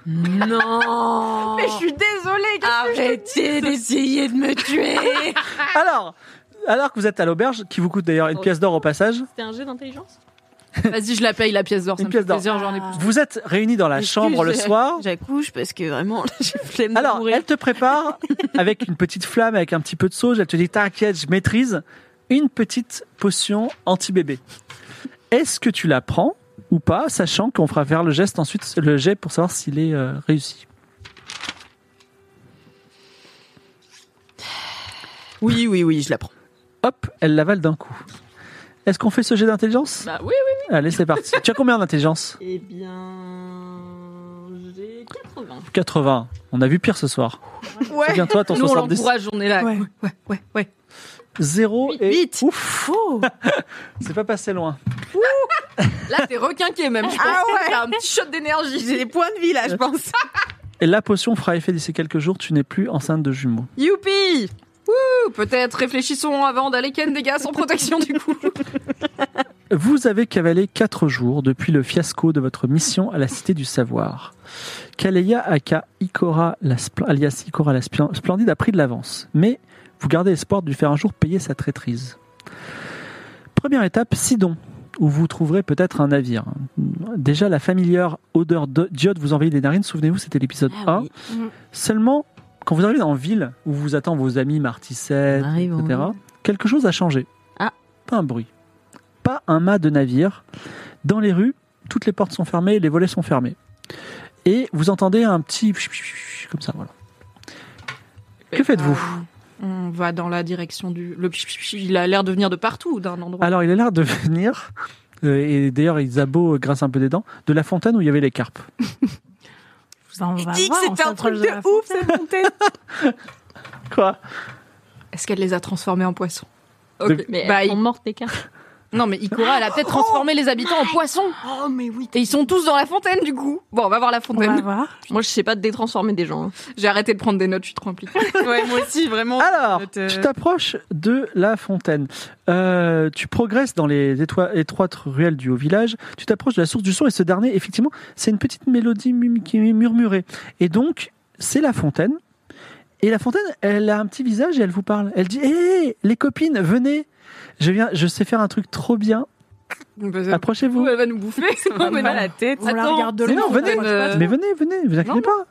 S3: Non
S2: Mais je suis désolée.
S3: Arrêtez d'essayer de me tuer
S2: Ah.
S4: Alors, alors que vous êtes à l'auberge, qui vous coûte d'ailleurs
S2: Oh.
S4: une pièce d'or au passage,
S5: C'était un jeu d'intelligence
S2: Vas-y, je la paye la pièce d'or.
S4: Une
S2: ça me
S4: pièce
S2: fait
S4: d'or.
S2: plaisir, j'en ai plus.
S4: vous êtes réunis dans la chambre le
S3: Excuse,
S4: soir.
S3: J'accouche parce que vraiment, j'ai flemme de
S4: Alors,
S3: mourir.
S4: elle te prépare avec une petite flamme, avec un petit peu de sauge. Elle te dit T'inquiète, je maîtrise une petite potion anti-bébé. Est-ce que tu la prends ou pas, sachant qu'on fera faire le geste ensuite, le jet pour savoir s'il est euh, réussi
S3: Oui, oui, oui, je la prends.
S4: Hop, elle l'avale d'un coup. Est-ce qu'on fait ce jet d'intelligence
S5: Bah oui,
S4: Allez, c'est parti. tu as combien d'intelligence
S5: oui. Eh bien. J'ai 80.
S4: 80. On a vu pire ce soir.
S2: Ouais.
S4: C'est bien toi, ton
S2: Nous, on
S4: 70.
S2: l'encourage, on est là.
S6: Ouais.
S2: ouais, ouais. ouais.
S4: 0 et.
S3: Vite.
S4: Ouf C'est pas passé loin.
S2: Là, t'es requinqué même. Je pense
S3: Ah
S2: que
S3: ouais.
S2: t'as un petit shot d'énergie.
S3: J'ai des points de vie là, je pense.
S4: Et la potion fera effet d'ici quelques jours. Tu n'es plus enceinte de jumeaux.
S2: Youpi Ouh, Peut-être réfléchissons avant d'aller ken des gars sans protection du coup.
S4: Vous avez cavalé quatre jours depuis le fiasco de votre mission à la Cité du Savoir. Kaleya Aka Ikora, la Spl- alias Ikora la Spl- Splendide a pris de l'avance, mais vous gardez espoir de lui faire un jour payer sa traîtrise. Première étape, Sidon. où vous trouverez peut-être un navire. Déjà, la familière odeur de- d'iode vous envahit les narines. Souvenez-vous, c'était l'épisode
S3: Ah
S4: 1.
S3: oui.
S4: Seulement, quand vous arrivez en ville, où vous attendent vos amis Martisset,
S3: On arrive en
S4: etc., quelque chose a changé.
S3: Ah.
S4: Pas un bruit. Pas un mât de navire. Dans les rues, toutes les portes sont fermées, les volets sont fermés. Et vous entendez un petit... comme ça, voilà. Que faites-vous
S2: ben, On va dans la direction du. Le pch, pch, pch, il a l'air de venir de partout, d'un endroit.
S4: Alors, il a l'air de venir, euh, et d'ailleurs, ils abot grâce un peu des dents, de la fontaine où il y avait les carpes.
S6: Ça, on va
S5: dit que
S6: voir, on
S5: c'était un
S6: s'approche
S5: truc
S6: de
S5: de
S6: la
S5: ouf,
S6: fontaine.
S5: cette fontaine.
S4: Quoi
S3: Ah.
S2: Est-ce qu'elle les a transformés en poissons
S4: Ok.
S5: Mais
S2: Bah,
S5: elles
S2: il-
S5: sont mortes, les cartes.
S2: Non, mais Ikora, elle a peut-être transformé les habitants en poissons.
S5: Oh, mais oui.
S2: Et ils sont tous dans la fontaine, du coup. Bon, on va voir la
S6: On va
S2: fontaine.
S6: voir.
S5: Moi, je sais pas détransformer des gens. hein.
S2: J'ai arrêté de prendre des notes, je suis trop impliquée.
S3: Ouais, moi aussi, vraiment.
S4: Alors,
S3: je
S2: euh,
S3: te-
S4: tu t'approches de la fontaine. Euh, tu progresses dans les étoi- étroites ruelles du haut village. Tu t'approches de la source du son et ce dernier, effectivement, c'est une petite mélodie mum- qui est murmurée. Et donc, c'est la fontaine. Et la fontaine, elle a un petit visage et elle vous parle. Elle dit Hé, les copines, venez Je viens, je sais faire un truc trop bien.
S2: Euh,
S4: Approchez-vous.
S2: Elle va nous bouffer. Non, mais non.
S3: la tête.
S6: On la
S2: Attends.
S6: regarde de
S4: Mais non,
S6: loin.
S4: venez.
S2: Euh,
S4: Mais venez, venez, vous inquiétez
S2: non,
S4: pas.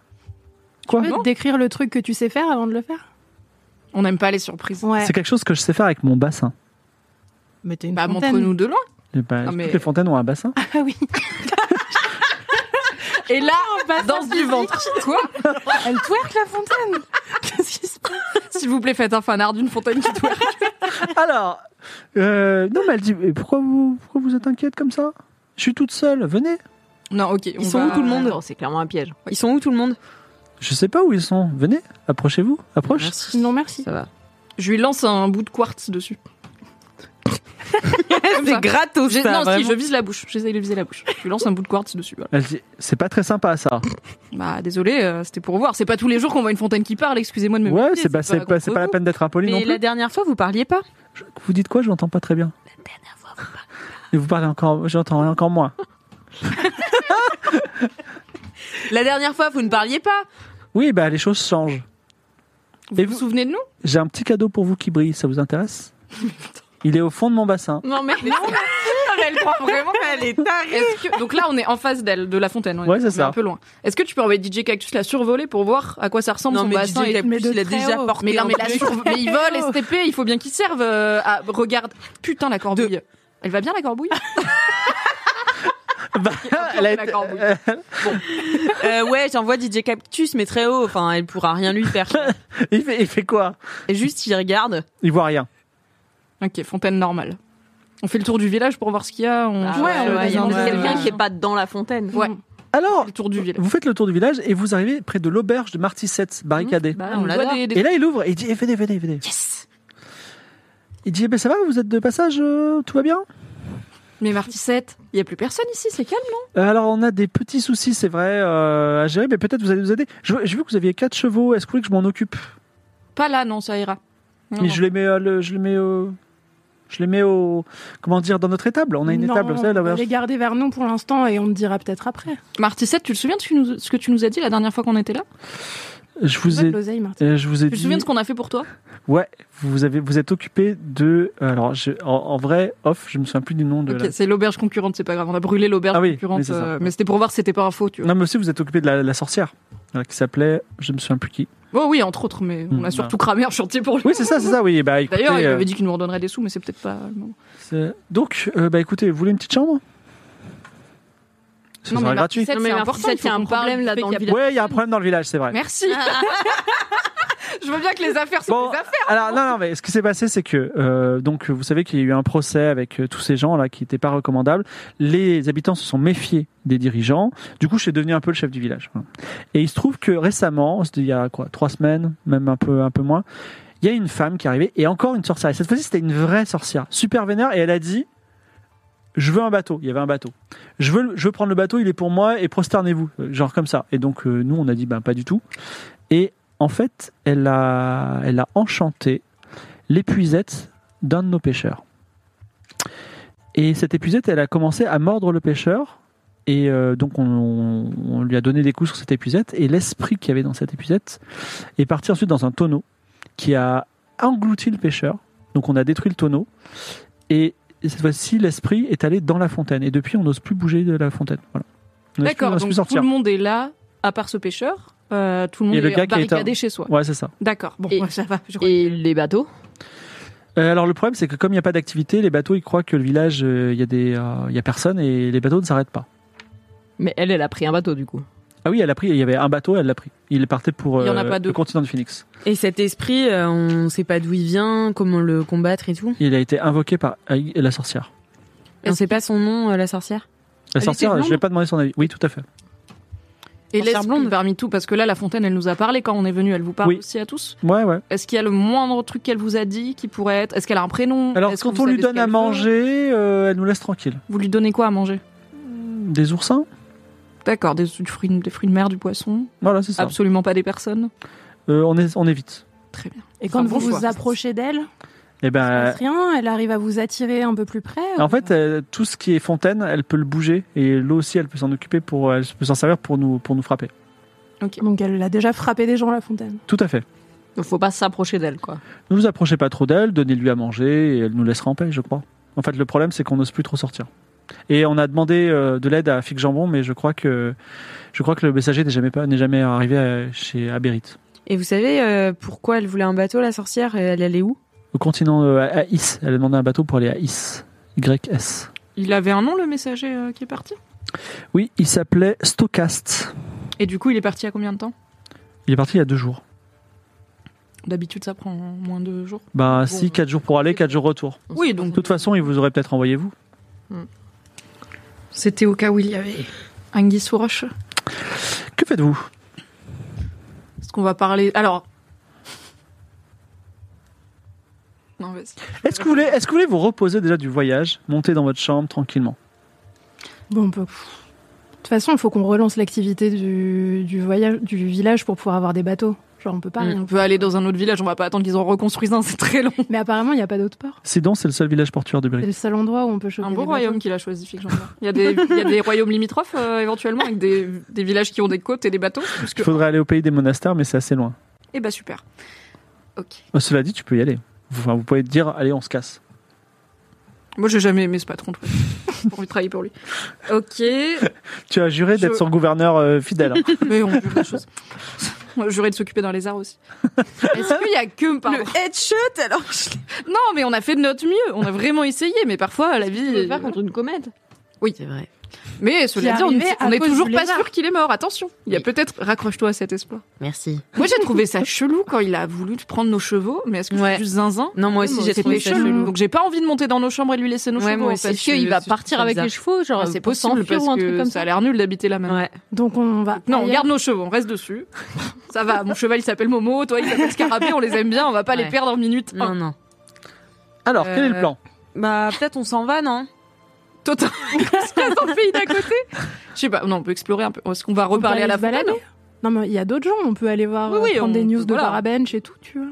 S4: Quoi
S6: Tu peux décrire le truc que tu sais faire avant de le faire
S2: On n'aime pas les surprises.
S6: Ouais.
S4: C'est quelque chose que je sais faire avec mon bassin.
S6: Mais t'es une
S2: Bah,
S6: fontaine.
S2: montre-nous de loin.
S4: Eh ben,
S2: Ah, mais-
S4: Toutes les fontaines ont un bassin.
S6: Ah oui.
S2: Et là, danse du ventre. Quoi
S6: Elle twerk la fontaine. Qu'est-ce qui se passe
S2: S'il vous plaît, faites un fanart d'une fontaine qui doit.
S3: Ah,
S4: Alors, euh, non, mais elle dit, mais pourquoi vous, pourquoi vous êtes inquiète comme ça Je suis toute seule, venez.
S2: Non, ok. on
S3: Ils sont
S2: va-
S3: où tout le monde
S5: Non, c'est clairement un piège.
S3: Ils sont où tout le monde
S4: Je sais pas où ils sont, venez, approchez-vous, approche.
S3: Merci.
S6: Non, merci.
S3: Ça va.
S2: Je lui lance un bout de quartz dessus. Comme ça.
S3: C'est gratos,
S2: J'ai-
S3: ça,
S2: non, si,
S3: vraiment.
S2: je vise la bouche. J'essaye de viser la bouche. Je lui lance un bout de quartz dessus. voilà.
S4: Elle dit, c'est pas très sympa ça.
S2: Bah, désolé, euh, c'était pour voir. C'est pas tous les jours qu'on voit une fontaine qui parle. Excusez-moi de me.
S4: ouais,
S2: moquer,
S4: c'est pas, c'est pas, c'est pas la
S2: contre
S4: peine d'être impoli non
S3: Mais
S4: plus.
S3: la dernière fois, vous parliez pas
S4: Je- Vous dites quoi Je n'entends pas très bien. Et vous parlez encore, j'entends encore moins.
S3: La dernière fois, vous ne parliez pas
S4: Oui, bah les choses changent.
S2: vous. Vous
S4: Et
S2: vous
S4: vous-
S2: souvenez de nous
S4: J'ai un petit cadeau pour vous qui brille, ça vous intéresse Il est au fond de mon bassin.
S3: Non, mais.
S5: Ah,
S2: Elle croit vraiment.
S3: Elle est tarée
S2: Est-ce que- Donc là, on est en face d'elle, de la fontaine. on est-
S4: Ouais, c'est
S2: on est
S4: ça.
S2: Un peu loin. Est-ce que tu peux envoyer DJ Cactus la survoler pour voir à quoi ça ressemble
S3: Non,
S2: son
S3: mais
S2: bassin et-
S3: DJ Capus,
S6: de
S3: il a
S6: très
S3: déjà
S6: haut.
S3: porté.
S2: Mais non,
S3: un
S2: mais, la
S3: truc.
S2: surv- mais ils volent STP, il faut bien qu'ils servent. euh, à- Regarde, putain, la corbouille. Elle va bien, la corbouille
S4: Bah, elle a
S2: la
S4: été-
S2: corbouille.
S4: euh,
S3: Euh, ouais, j'envoie DJ Cactus, mais très haut. Enfin, elle pourra rien lui faire.
S4: il, fait, il fait quoi
S3: Et juste, il regarde.
S4: Il voit rien.
S2: Ok, fontaine normale. On fait le tour du village pour voir ce qu'il y a. On...
S5: Ah
S6: ouais,
S5: ouais,
S6: on
S5: ouais,
S6: les
S5: il y a
S6: emmène.
S5: quelqu'un
S6: Ouais.
S5: qui est pas dans la fontaine.
S2: Ouais.
S4: Alors,
S2: le tour du village.
S4: Vous faites le tour du village et vous arrivez près de l'auberge de Martissette, barricadée.
S2: Bah,
S3: Ah,
S2: on
S3: on
S2: voit
S3: l'adore.
S2: des, des-
S4: Et là, il ouvre et il dit eh, Venez, venez, venez.
S2: Yes
S4: Il dit eh ben, Ça va, vous êtes de passage euh, Tout va bien
S2: Mais Martissette, il n'y a plus personne ici, c'est calme.
S4: Euh, Alors, on a des petits soucis, c'est vrai, euh, à gérer, mais peut-être vous allez nous aider. Je- J'ai vu que vous aviez quatre chevaux, est-ce que vous voulez que je m'en occupe
S2: Pas là, non, ça ira. Non,
S4: Mais
S2: non.
S4: je les mets, euh, le- je les mets au. Je les mets au. Comment dire Dans notre étable. On a une
S6: Non,
S4: étable, vous savez, à
S6: on va
S4: l'auberge.
S6: les garder vers nous pour l'instant et on te dira peut-être après.
S2: Martissette, tu te souviens de ce que, nous- ce que tu nous as dit la dernière fois qu'on était là
S4: Je vous
S6: Pas de
S4: ai.
S6: l'oseille, Martin.
S4: euh, je vous ai
S2: Tu te
S4: dit,
S2: souviens de ce qu'on a fait pour toi
S4: ouais, vous avez, vous êtes occupé de. euh, Alors, je- en, en vrai, off, je me souviens plus du nom de.
S2: Ok,
S4: la-
S2: C'est l'auberge concurrente, c'est pas grave. On a brûlé l'auberge
S4: Ah oui,
S2: concurrente,
S4: mais c'est ça.
S2: euh, mais c'était pour voir si c'était pas un faux, tu vois.
S4: Non, mais aussi, vous êtes occupé de la, la sorcière, euh, qui s'appelait, je me souviens plus qui.
S2: Bon, Oh oui, entre autres, mais on
S4: Mm,
S2: a surtout cramé un chantier pour lui.
S4: Oui, c'est ça, c'est ça, oui. Bah, écoutez,
S2: D'ailleurs, il
S4: euh,
S2: avait dit qu'il nous redonnerait des sous, mais c'est peut-être pas le moment.
S4: c'est- Donc, euh, bah, écoutez, vous voulez une petite chambre Ce
S2: Non,
S4: sera
S2: mais
S4: gratuit.
S2: Martissette,
S5: Non, mais
S2: c'est important.
S5: Martissette,
S2: Il faut
S5: il y a un
S2: qu'on parle
S5: problème,
S2: du
S5: là,
S2: fait
S5: dans
S2: qu'il y
S5: le
S2: a-
S5: village.
S4: Ouais, il y a un problème dans le village, c'est vrai.
S2: Merci. Je veux bien que les affaires sont
S4: Bon,
S2: des affaires.
S4: alors non, non, mais ce qui s'est passé, c'est que euh, donc vous savez qu'il y a eu un procès avec euh, tous ces gens là qui n'étaient pas recommandables. Les habitants se sont méfiés des dirigeants. Du coup, je suis devenu un peu le chef du village. Voilà. Et il se trouve que récemment, c'était il y a quoi, trois semaines, même un peu, un peu moins, il y a une femme qui est arrivée et encore une sorcière. Et cette fois-ci, c'était une vraie sorcière, super vénère, et elle a dit. Je veux un bateau. Il y avait un bateau. Je veux, le- je veux prendre le bateau. Il est pour moi et prosternez-vous, Euh, genre comme ça. Et donc euh, nous, on a dit ben pas du tout. Et en fait, elle a, elle a enchanté l'épuisette d'un de nos pêcheurs. Et cette épuisette, elle a commencé à mordre le pêcheur. Et euh, donc, on, on- on lui a donné des coups sur cette épuisette. Et l'esprit qu'il y avait dans cette épuisette est parti ensuite dans un tonneau qui a englouti le pêcheur. Donc, on a détruit le tonneau. Et Et cette fois-ci, l'esprit est allé dans la fontaine. Et depuis, on n'ose plus bouger de la fontaine. Voilà. On n'ose plus- on
S2: D'accord,
S4: n'ose
S2: donc
S4: plus
S2: tout
S4: sortir.
S2: le monde est là, à part ce pêcheur. euh, tout le
S4: Et
S2: monde est
S4: le gars qui est
S2: barricadé
S4: un-
S2: chez soi.
S4: Ouais, c'est ça.
S2: D'accord, bon,
S5: Et-
S2: ouais, ça va. je crois
S5: Et
S2: que-
S5: les bateaux
S4: Euh, alors le problème, c'est que comme il n'y a pas d'activité, les bateaux, ils croient que le village, euh, il y a des, euh, il y a personne et les bateaux ne s'arrêtent pas.
S5: Mais elle, elle a pris un bateau du coup.
S4: Ah oui, elle a pris. Il y avait un bateau, elle l'a pris. Il partait pour
S2: Il y en a
S4: euh,
S2: pas deux.
S4: le continent de Phoenix.
S3: Et cet esprit, euh, on sait pas d'où il vient, comment le combattre et tout.
S4: Il a été invoqué par euh, la sorcière.
S3: Et on sait pas son nom, euh, la sorcière.
S4: La
S2: Elle
S4: sorcière,
S2: était
S4: je
S2: blonde
S4: ne l'ai pas demandé son avis. Oui, tout à fait.
S2: Et
S3: Sorcière
S2: l'esprit
S3: blonde.
S2: parmi tout, parce que là, la fontaine, elle nous a parlé quand on est venu, elle vous parle
S4: Oui.
S2: aussi à tous.
S4: Ouais, ouais.
S2: Est-ce qu'il y a le moindre truc qu'elle vous a dit qui pourrait être Est-ce qu'elle a un prénom
S4: Alors
S2: Est-ce que
S4: quand
S2: vous
S4: on lui
S2: savez ce
S4: donne à
S2: qu'elle veut
S4: manger, euh, elle nous laisse tranquille.
S2: Vous lui donnez quoi à manger
S4: Des oursins
S2: D'accord, des, du fruit- des fruits de mer, du poisson
S4: Voilà, c'est ça.
S2: Absolument pas des personnes
S4: Euh, on, est, on évite.
S2: Très bien.
S6: Et quand
S2: Enfin,
S6: vous
S2: bon
S6: vous
S2: choix.
S6: approchez d'elle,
S4: Et
S6: il se
S4: ben,
S6: passe rien, elle arrive à vous attirer un peu plus près.
S4: en
S6: ou-
S4: fait, euh, tout ce qui est fontaine, elle peut le bouger et l'eau aussi, elle peut s'en occuper pour, elle peut s'en servir pour nous, pour nous frapper.
S6: donc elle a déjà frappé des gens la fontaine.
S4: Tout à fait.
S5: Donc faut pas s'approcher d'elle quoi.
S4: Ne vous approchez pas trop d'elle, donnez-lui à manger et elle nous laissera en paix, je crois. En fait, le problème, c'est qu'on n'ose plus trop sortir. Et on a demandé euh, de l'aide à Fig Jambon, mais je crois que je crois que le messager n'est jamais pas n'est jamais arrivé à- chez Aberrite.
S3: Et vous savez euh, pourquoi elle voulait un bateau, la sorcière et Elle allait où
S4: Au continent euh, à à Is, elle a demandé un bateau pour aller à Is. YS.
S2: Il avait un nom, le messager euh, qui est parti
S4: Oui, il s'appelait Stochast.
S2: Et du coup, il est parti à combien de temps
S4: Il est parti il y a deux jours.
S2: D'habitude, ça prend moins de jours.
S4: Bah
S2: Bon,
S4: si,
S2: euh,
S4: quatre jours pour aller, quatre jours retour.
S2: Oui, donc
S4: De toute façon, il vous aurait peut-être envoyé vous.
S2: c'était au cas où il y avait Anguille sous roche.
S4: Que faites-vous
S2: Est-ce qu'on va parler Alors. Non, vas-y.
S4: Est-ce que vous voulez, est-ce que vous voulez vous reposer déjà du voyage, monter dans votre chambre tranquillement
S6: Bon, on peut. De toute façon, il faut qu'on relance l'activité du, du voyage du village pour pouvoir avoir des bateaux. Genre, on peut pas.
S3: Mm.
S6: rien.
S2: On peut aller dans un autre village, on va pas attendre qu'ils en reconstruisent un, c'est très long.
S6: Mais apparemment, il n'y a pas d'autre port.
S4: Sidon, c'est le seul village portuaire de
S6: C'est
S4: Berry.
S6: le seul endroit où on peut choper.
S2: Un
S6: des
S2: beau
S6: bateaux.
S2: royaume qu'il a choisi, Fig Jean-Pierre. Il y a des, il y a des royaumes limitrophes euh, éventuellement, avec des, des villages qui ont des côtes et des bateaux. Parce que...
S4: Il faudrait aller au pays des monastères, mais c'est assez loin.
S2: Eh bah super. Ok.
S4: Euh, Cela dit, tu peux y aller. Enfin, vous pouvez dire, allez, on se casse.
S2: Moi j'ai jamais aimé ce patron, de toute façon. J'ai pas envie de travailler pour lui. Ok,
S4: Tu as juré d'être
S2: Je-
S4: son gouverneur euh, fidèle. hein.
S2: mais on jure des choses. On va jurer de s'occuper d'un lézard aussi. Est-ce qu'il y a que... pardon.
S3: Le headshot alors
S2: Non, mais on a fait de notre mieux, on a vraiment essayé, mais parfois la
S5: Tu veux
S2: vie...
S5: faire contre une comète
S2: Oui.
S5: c'est vrai.
S2: Mais cela
S6: Qui est
S2: dit, on,
S6: arrivé à
S2: on est
S6: cause
S2: toujours
S6: du
S2: pas
S6: lézard.
S2: sûr qu'il est mort, attention. Il y a
S5: Oui.
S2: peut-être... Raccroche-toi à cet espoir.
S5: Merci.
S2: Moi j'ai trouvé ça chelou quand il a voulu prendre nos chevaux, mais est-ce que
S3: Ouais.
S2: c'est du zinzin
S3: Non, moi aussi j'ai
S2: C'était
S3: trouvé ça
S2: chelou.
S3: chelou.
S2: Donc j'ai pas envie de monter dans nos chambres et de lui laisser nos
S3: Ouais,
S2: chevaux.
S3: moi
S2: en
S3: aussi,
S2: fait.
S3: je
S5: Est-ce qu'il
S3: je
S5: va
S3: trouve
S5: partir
S3: ça
S5: avec
S3: bizarre.
S5: les chevaux Genre,
S2: Ah,
S5: c'est
S2: c'est
S5: possible
S2: possible parce
S5: ou un truc
S2: que
S5: comme
S2: ça
S5: ça
S2: a l'air nul d'habiter la même.
S3: Ouais.
S6: Donc on va.
S2: Non, on
S6: ailleurs.
S2: garde nos chevaux, on reste dessus. Ça va, mon cheval il s'appelle Momo, toi il s'appelle Scarabée, on les aime bien, on va pas
S3: Ouais.
S2: les perdre en minute.
S3: Non, non.
S4: Alors, quel est le
S3: Euh,
S4: plan
S3: Bah peut-être on s'en va, non
S2: Total. Qu'est-ce qu'il y a dans le pays d'à côté Je sais pas, non, on peut explorer un peu. Est-ce qu'on va
S6: On peut
S2: reparler
S6: aller
S2: à la
S6: se balader.
S2: fontaine
S6: Non, mais il y a d'autres gens. On peut aller voir,
S2: Oui, oui,
S6: euh, prendre
S2: on
S6: des news
S2: peut-
S6: de
S2: voilà.
S6: Parabench et tout, tu vois.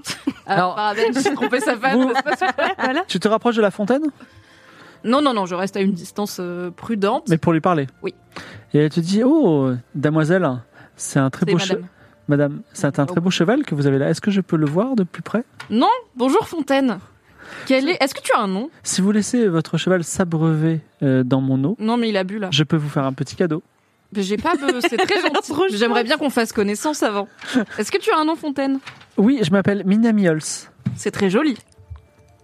S2: Alors, Parabench, j'ai trompé sa femme. ça se passe pas.
S4: Tu te rapproches de la fontaine,
S2: Non, non, non, je reste à une distance euh, prudente.
S4: mais pour lui parler.
S2: Oui.
S4: Et elle te dit, oh, damoiselle, c'est un très
S2: C'est
S4: beau cheval.
S2: madame. Oh.
S4: Madame, c'est un très beau cheval que vous avez là. Est-ce que je peux le voir de plus près
S2: Bonjour Fontaine. Quel est Est-ce que tu as un nom
S4: Si vous laissez votre cheval s'abreuver euh, dans mon eau,
S2: Non, mais il a bu là.
S4: je peux vous faire un petit cadeau.
S2: Mais J'ai pas de... C'est très gentil. mais J'aimerais bien qu'on fasse connaissance avant. Est-ce que tu as un nom, Fontaine
S4: Oui, je m'appelle Minami Holz.
S2: C'est très joli.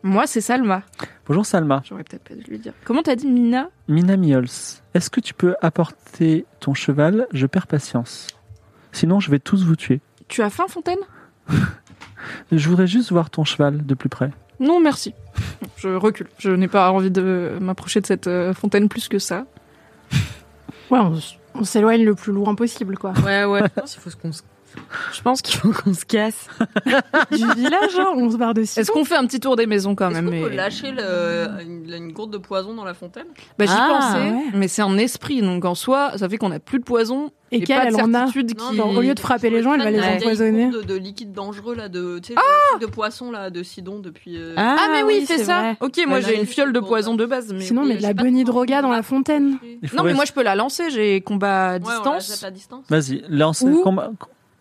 S2: Moi, c'est Salma.
S4: Bonjour Salma.
S2: J'aurais peut-être pas dû lui dire. Comment t'as dit, Mina
S4: Minami Holz, est-ce que tu peux apporter ton cheval Je perds patience. Sinon, je vais tous vous tuer.
S2: Tu as faim, Fontaine
S4: Je voudrais juste voir ton cheval de plus près.
S2: Non, merci. Je recule. Je n'ai pas envie de m'approcher de cette euh, fontaine plus que ça.
S6: Ouais, on, s- on s'éloigne le plus loin possible, quoi.
S3: Ouais, ouais. Je pense qu'il faut qu'on se... Je pense qu'il faut qu'on se casse.
S6: du village, hein, on se barre dessus.
S2: Est-ce qu'on fait un petit tour des maisons quand
S5: Est-ce
S2: même
S5: qu'on peut
S2: mais-
S5: lâcher le- une, une gourde de poison dans la fontaine
S2: Bah, J'y
S3: Ah,
S2: pensais,
S6: ouais.
S2: mais c'est en esprit, donc en soi, ça fait qu'on a plus de poison.
S6: Et qu'elle,
S2: pas de
S6: elle en a.
S2: certitude qui-
S6: genre, au lieu de frapper les gens, elle va les
S3: Ouais.
S6: empoisonner.
S5: De, de liquide dangereux là, de tu sais, le truc de poisson là, de Sidon depuis. euh,
S2: Ah, mais oui,
S3: c'est
S2: fais ça.
S3: vrai.
S2: Ok, moi
S5: Ouais,
S2: j'ai
S5: non,
S2: une
S5: c'est
S2: fiole de
S5: pour-
S2: poison de base, mais.
S6: Sinon,
S5: oui, euh,
S6: mais
S5: je
S6: de
S5: sais
S6: la
S5: pas
S6: bonidroga
S5: comment on
S6: dans la
S5: va-
S6: fontaine.
S5: Ouais,
S4: Il
S2: Non, mais
S4: faudrait-
S2: moi je peux la lancer. J'ai combat à
S5: on la
S2: distance,
S5: jette à distance. Bah.
S4: Vas-y, lance
S2: Ou-
S4: combat,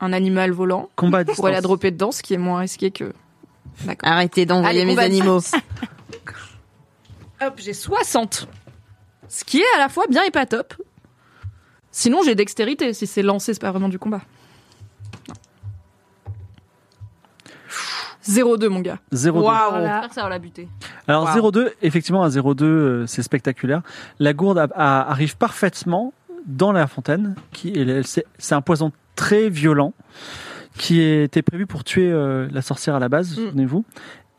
S2: un animal volant.
S4: combat à distance.
S2: pour aller la dropper dedans, ce qui est moins risqué que. D'accord.
S7: Arrêtez d'envoyer
S2: Allez, on
S7: mes
S2: va-
S7: animaux.
S2: Hop, j'ai 60. Ce qui est à la fois bien et pas top. Sinon, j'ai dextérité. Si c'est lancé, c'est pas vraiment du combat. Non. 0-2, mon gars.
S4: 0
S2: J'espère que ça va la buter.
S4: Alors
S2: Wow.
S4: 0,2, effectivement, à 0,2, euh, c'est spectaculaire. La gourde a- a- arrive parfaitement dans la fontaine. Qui, elle- elle- c'est c'est un poison très violent qui était prévu pour tuer euh, la sorcière à la base,
S5: Mm.
S4: souvenez-vous.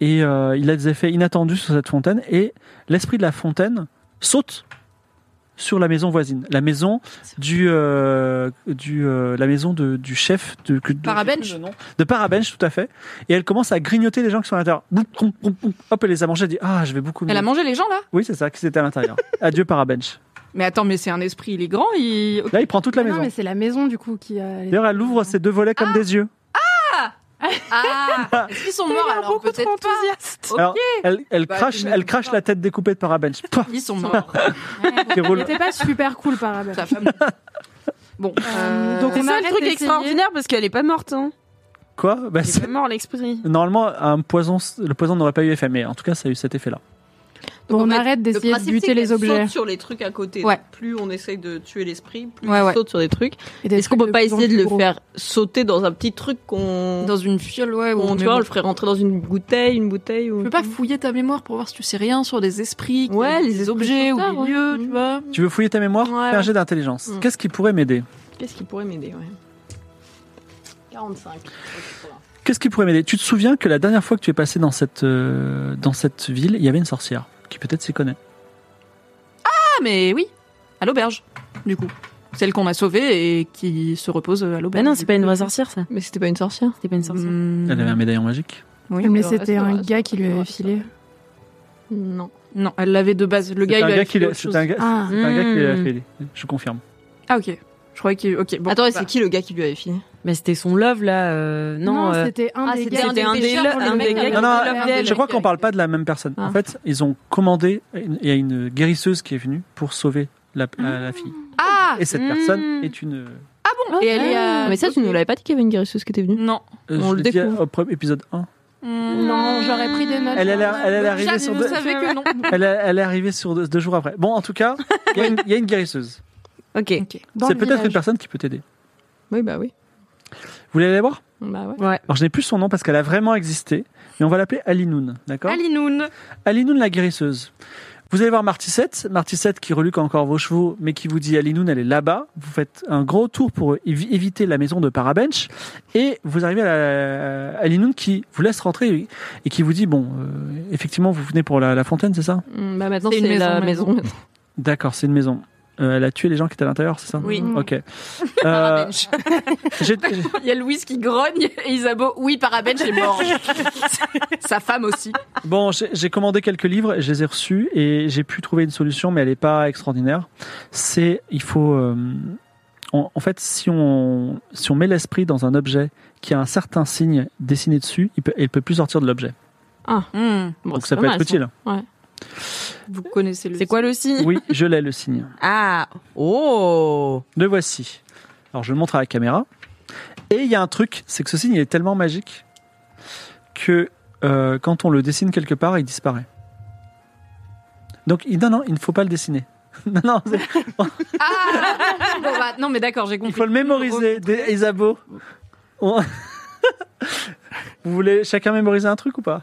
S4: Et euh, il a des effets inattendus sur cette fontaine. Et l'esprit de la fontaine saute sur la maison voisine, la maison du, euh, du euh, la maison de- du chef de, que- de-
S2: Parabench
S4: le nom. de Parabench, tout à fait. Et elle commence à grignoter les gens qui sont à l'intérieur. Boum, boum, boum, boum. Hop, elle les a mangés. Elle dit ah, je vais beaucoup mieux.
S2: Elle a mangé les gens, là
S4: Oui, c'est ça, qui c'était à l'intérieur. Adieu Parabench.
S2: Mais attends, mais c'est un esprit, il est grand, il...
S4: Là, il prend toute la
S6: Mais
S4: maison.
S6: Ah Non, mais c'est la maison du coup qui. euh, a-
S4: D'ailleurs, elle ouvre ses deux volets comme des yeux.
S2: Ah Est-ce qu'ils sont morts alors
S6: beaucoup trop
S2: Peut-être pas.
S6: enthousiaste.
S2: Ok.
S4: Alors, Elle, elle
S2: Bah,
S4: crache,
S2: tu
S4: elle
S2: m'étonnes
S4: crache
S2: pas.
S4: la tête découpée de Parabench. Paf,
S2: Ils sont morts.
S4: qui
S6: Il
S4: roule.
S6: était pas super cool par rapport.
S2: Sa femme. Bon. euh,
S6: donc
S3: C'est
S6: on
S3: ça le
S6: arrête
S3: truc
S6: d'essayer.
S3: extraordinaire parce qu'elle est pas morte. Hein.
S4: Quoi Bah,
S3: Elle est
S4: c'est-
S3: pas morte l'esprit.
S4: Normalement, un poison, le poison n'aurait pas eu effet, mais en tout cas, ça a eu cet effet-là.
S6: Bon,
S5: Donc,
S6: on
S5: en fait,
S6: arrête
S5: Le
S6: d'essayer de
S5: principe,
S6: buter
S5: c'est
S6: les
S5: qu'elle
S6: objets.
S5: saute sur les trucs à côté.
S2: Ouais.
S5: Plus on essaye de tuer l'esprit, plus
S2: Ouais,
S5: on
S2: ouais.
S5: saute sur des trucs.
S6: Et des
S5: Est-ce qu'on
S6: trucs
S5: peut pas
S6: de plus en
S5: essayer de
S6: plus
S5: le
S6: gros.
S5: faire sauter dans un petit truc qu'on.
S2: Dans une fiole, ouais. ou-
S5: qu'on- tu
S2: mais
S5: vois, on
S2: bon.
S5: le ferait rentrer dans une bouteille, une bouteille ou.
S2: Tu peux pas fouiller ta mémoire pour voir si tu sais rien sur des esprits, qui-
S5: Ouais, les
S2: des
S5: esprits
S2: objets ou
S5: sauveteurs,
S2: des
S5: ouais.
S2: lieux, tu
S5: Mhm.
S2: vois.
S4: Tu veux fouiller ta mémoire
S5: Ouais.
S4: Fais un jet d'intelligence.
S5: Mm.
S4: Qu'est-ce qui pourrait m'aider
S5: Qu'est-ce qui pourrait m'aider ouais. 45.
S4: Qu'est-ce qui pourrait m'aider Tu te souviens que la dernière fois que tu es passé dans cette, euh, dans cette ville, il y avait une sorcière qui peut-être s'y connaît.
S2: Ah, mais oui, à l'auberge, du coup. Celle qu'on a sauvée et qui se repose euh, à l'auberge.
S3: Bah non, c'est pas une vraie sorcière ça.
S5: Mais c'était pas une sorcière.
S3: C'était pas une sorcière.
S2: Mmh.
S4: Elle avait un médaillon magique.
S2: Oui.
S6: Mais
S5: Ça
S6: c'était
S5: reste,
S6: un
S5: ça
S6: gars qui lui avait
S5: reste, ça
S6: filé.
S5: Non.
S2: Non, elle l'avait de base. Le gars,
S4: C'était
S2: il
S4: un
S2: lui
S4: gars
S2: avait
S4: qui
S2: filé
S4: l'a-
S2: autre chose.
S4: c'était un gars-
S6: Ah,
S4: c'était un gars qui l'a fait. Je confirme.
S2: Ah, ok. Je croyais qu'il. Ok, bon.
S5: Attends,
S2: bah,
S5: c'est qui le gars qui lui avait filé
S3: Mais Bah, c'était son love là. euh, non.
S6: non,
S3: euh,
S6: c'était un
S5: ah,
S6: des
S5: c'était
S6: gars.
S5: un des pêcheurs,
S3: lo-
S5: le
S3: un
S5: mec
S3: des
S5: avec
S3: gars
S4: Non, non,
S3: qui love d'elle.
S4: Je crois qu'on parle pas de la même personne. En
S5: Ah.
S4: fait, ils ont commandé. une- Il y a une guérisseuse qui est venue pour sauver la, la- la fille.
S2: Ah
S4: Et cette
S3: Mm.
S4: personne est une.
S2: bon ah. Et elle est à-
S5: Mais ça, tu nous l'avais pas dit qu'il y avait une guérisseuse qui était venue
S2: Non.
S4: euh, je
S5: On le
S4: l'ai dit
S5: découvre.
S4: au premier épisode 1.
S2: Hmm.
S6: Non, j'aurais pris des notes.
S4: Elle, elle, est- elle est arrivée
S2: Jade,
S4: sur
S2: vous
S4: deux,
S2: savez que non.
S4: elle, est- elle est arrivée sur deux, deux jours après. Bon, en tout cas, il y a une- il y, a une guérisseuse.
S3: Ok.
S6: Dans
S4: C'est
S6: le
S4: peut-être une
S6: village.
S4: personne qui peut t'aider.
S5: Oui, bah oui.
S4: Vous voulez aller voir
S5: Bah ouais.
S4: Alors, je n'ai plus son nom parce qu'elle a vraiment existé, mais on va l'appeler Alinoun, d'accord
S2: Alinoun.
S4: Alinoun la guérisseuse. Vous allez voir Martissette, Martissette qui reluque encore vos chevaux, mais qui vous dit Alinoun, elle est là-bas. Vous faites un gros tour pour évi- éviter la maison de Parabench, et vous arrivez à la- à Alinoun qui vous laisse rentrer et qui vous dit Bon, euh, effectivement, vous venez pour la, la fontaine, c'est ça
S5: Mm, Bah maintenant,
S2: C'est
S5: c'est
S2: une maison,
S5: la
S2: maison.
S5: maison.
S4: D'accord, c'est une maison. Euh, elle a tué les gens qui étaient à l'intérieur, c'est ça
S2: Oui.
S4: Ok. Euh, j'ai-
S2: Il y a Louise qui grogne et Isabeau, oui, Parabench est mort. Sa femme aussi.
S4: Bon, j'ai j'ai commandé quelques livres, je les ai reçus et j'ai pu trouver une solution, mais elle n'est pas extraordinaire. C'est, il faut, euh, en, en fait, si on, si on met l'esprit dans un objet qui a un certain signe dessiné dessus, il peut, il peut plus sortir de l'objet.
S5: Bon,
S4: Donc
S5: c'est
S4: ça
S5: pas
S4: peut
S5: mal,
S4: être utile.
S2: Vous connaissez le.
S3: C'est quoi le signe
S4: Oui, je l'ai le signe.
S3: Ah. Oh.
S4: Le voici. Alors je le montre à la caméra. Et il y a un truc, c'est que ce signe il est tellement magique que euh, quand on le dessine quelque part, il disparaît. Donc il- non non, il ne faut pas le dessiner. Non non, c'est-
S2: Ah Bon, bah, Non, mais d'accord, j'ai
S4: Il
S2: compris.
S4: faut le mémoriser, des Isabeau. On- Vous voulez chacun mémoriser un truc ou pas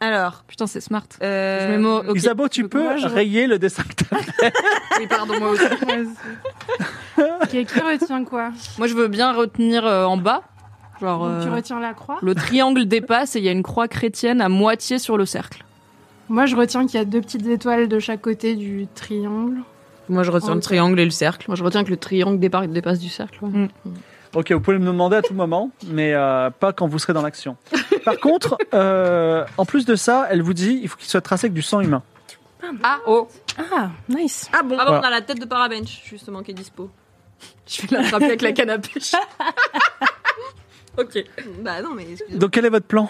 S3: Alors.
S2: Putain, c'est smart.
S3: euh,
S2: Je mémo- ok.
S4: Isabeau, tu peux rayer le dessin que t'as.
S2: Oui, pardon, moi aussi.
S6: Qui qui retient quoi
S2: Moi, je veux bien retenir euh, en bas. Genre,
S6: Donc, Tu
S2: euh,
S6: retiens la croix
S2: le triangle dépasse et il y a une croix chrétienne à moitié sur le cercle.
S6: Moi, je retiens qu'il y a deux petites étoiles de chaque côté du triangle.
S3: Moi je retiens le triangle et le cercle.
S5: Moi, je retiens que le triangle départ- dépasse du cercle. ouais.
S4: Ok, vous pouvez me demander à tout moment, mais euh, pas quand vous serez dans l'action. Par contre, euh, en plus de ça, elle vous dit il faut qu'il soit tracé avec du sang humain.
S5: Ah, oh.
S6: Ah, nice.
S5: ah bon Ah
S4: Voilà.
S5: on a la tête de Parabench, justement, qui est dispo.
S2: Je vais l'attraper avec la canne à pêche.
S5: Ok. Bah non, mais excusez-moi.
S4: Donc quel est votre plan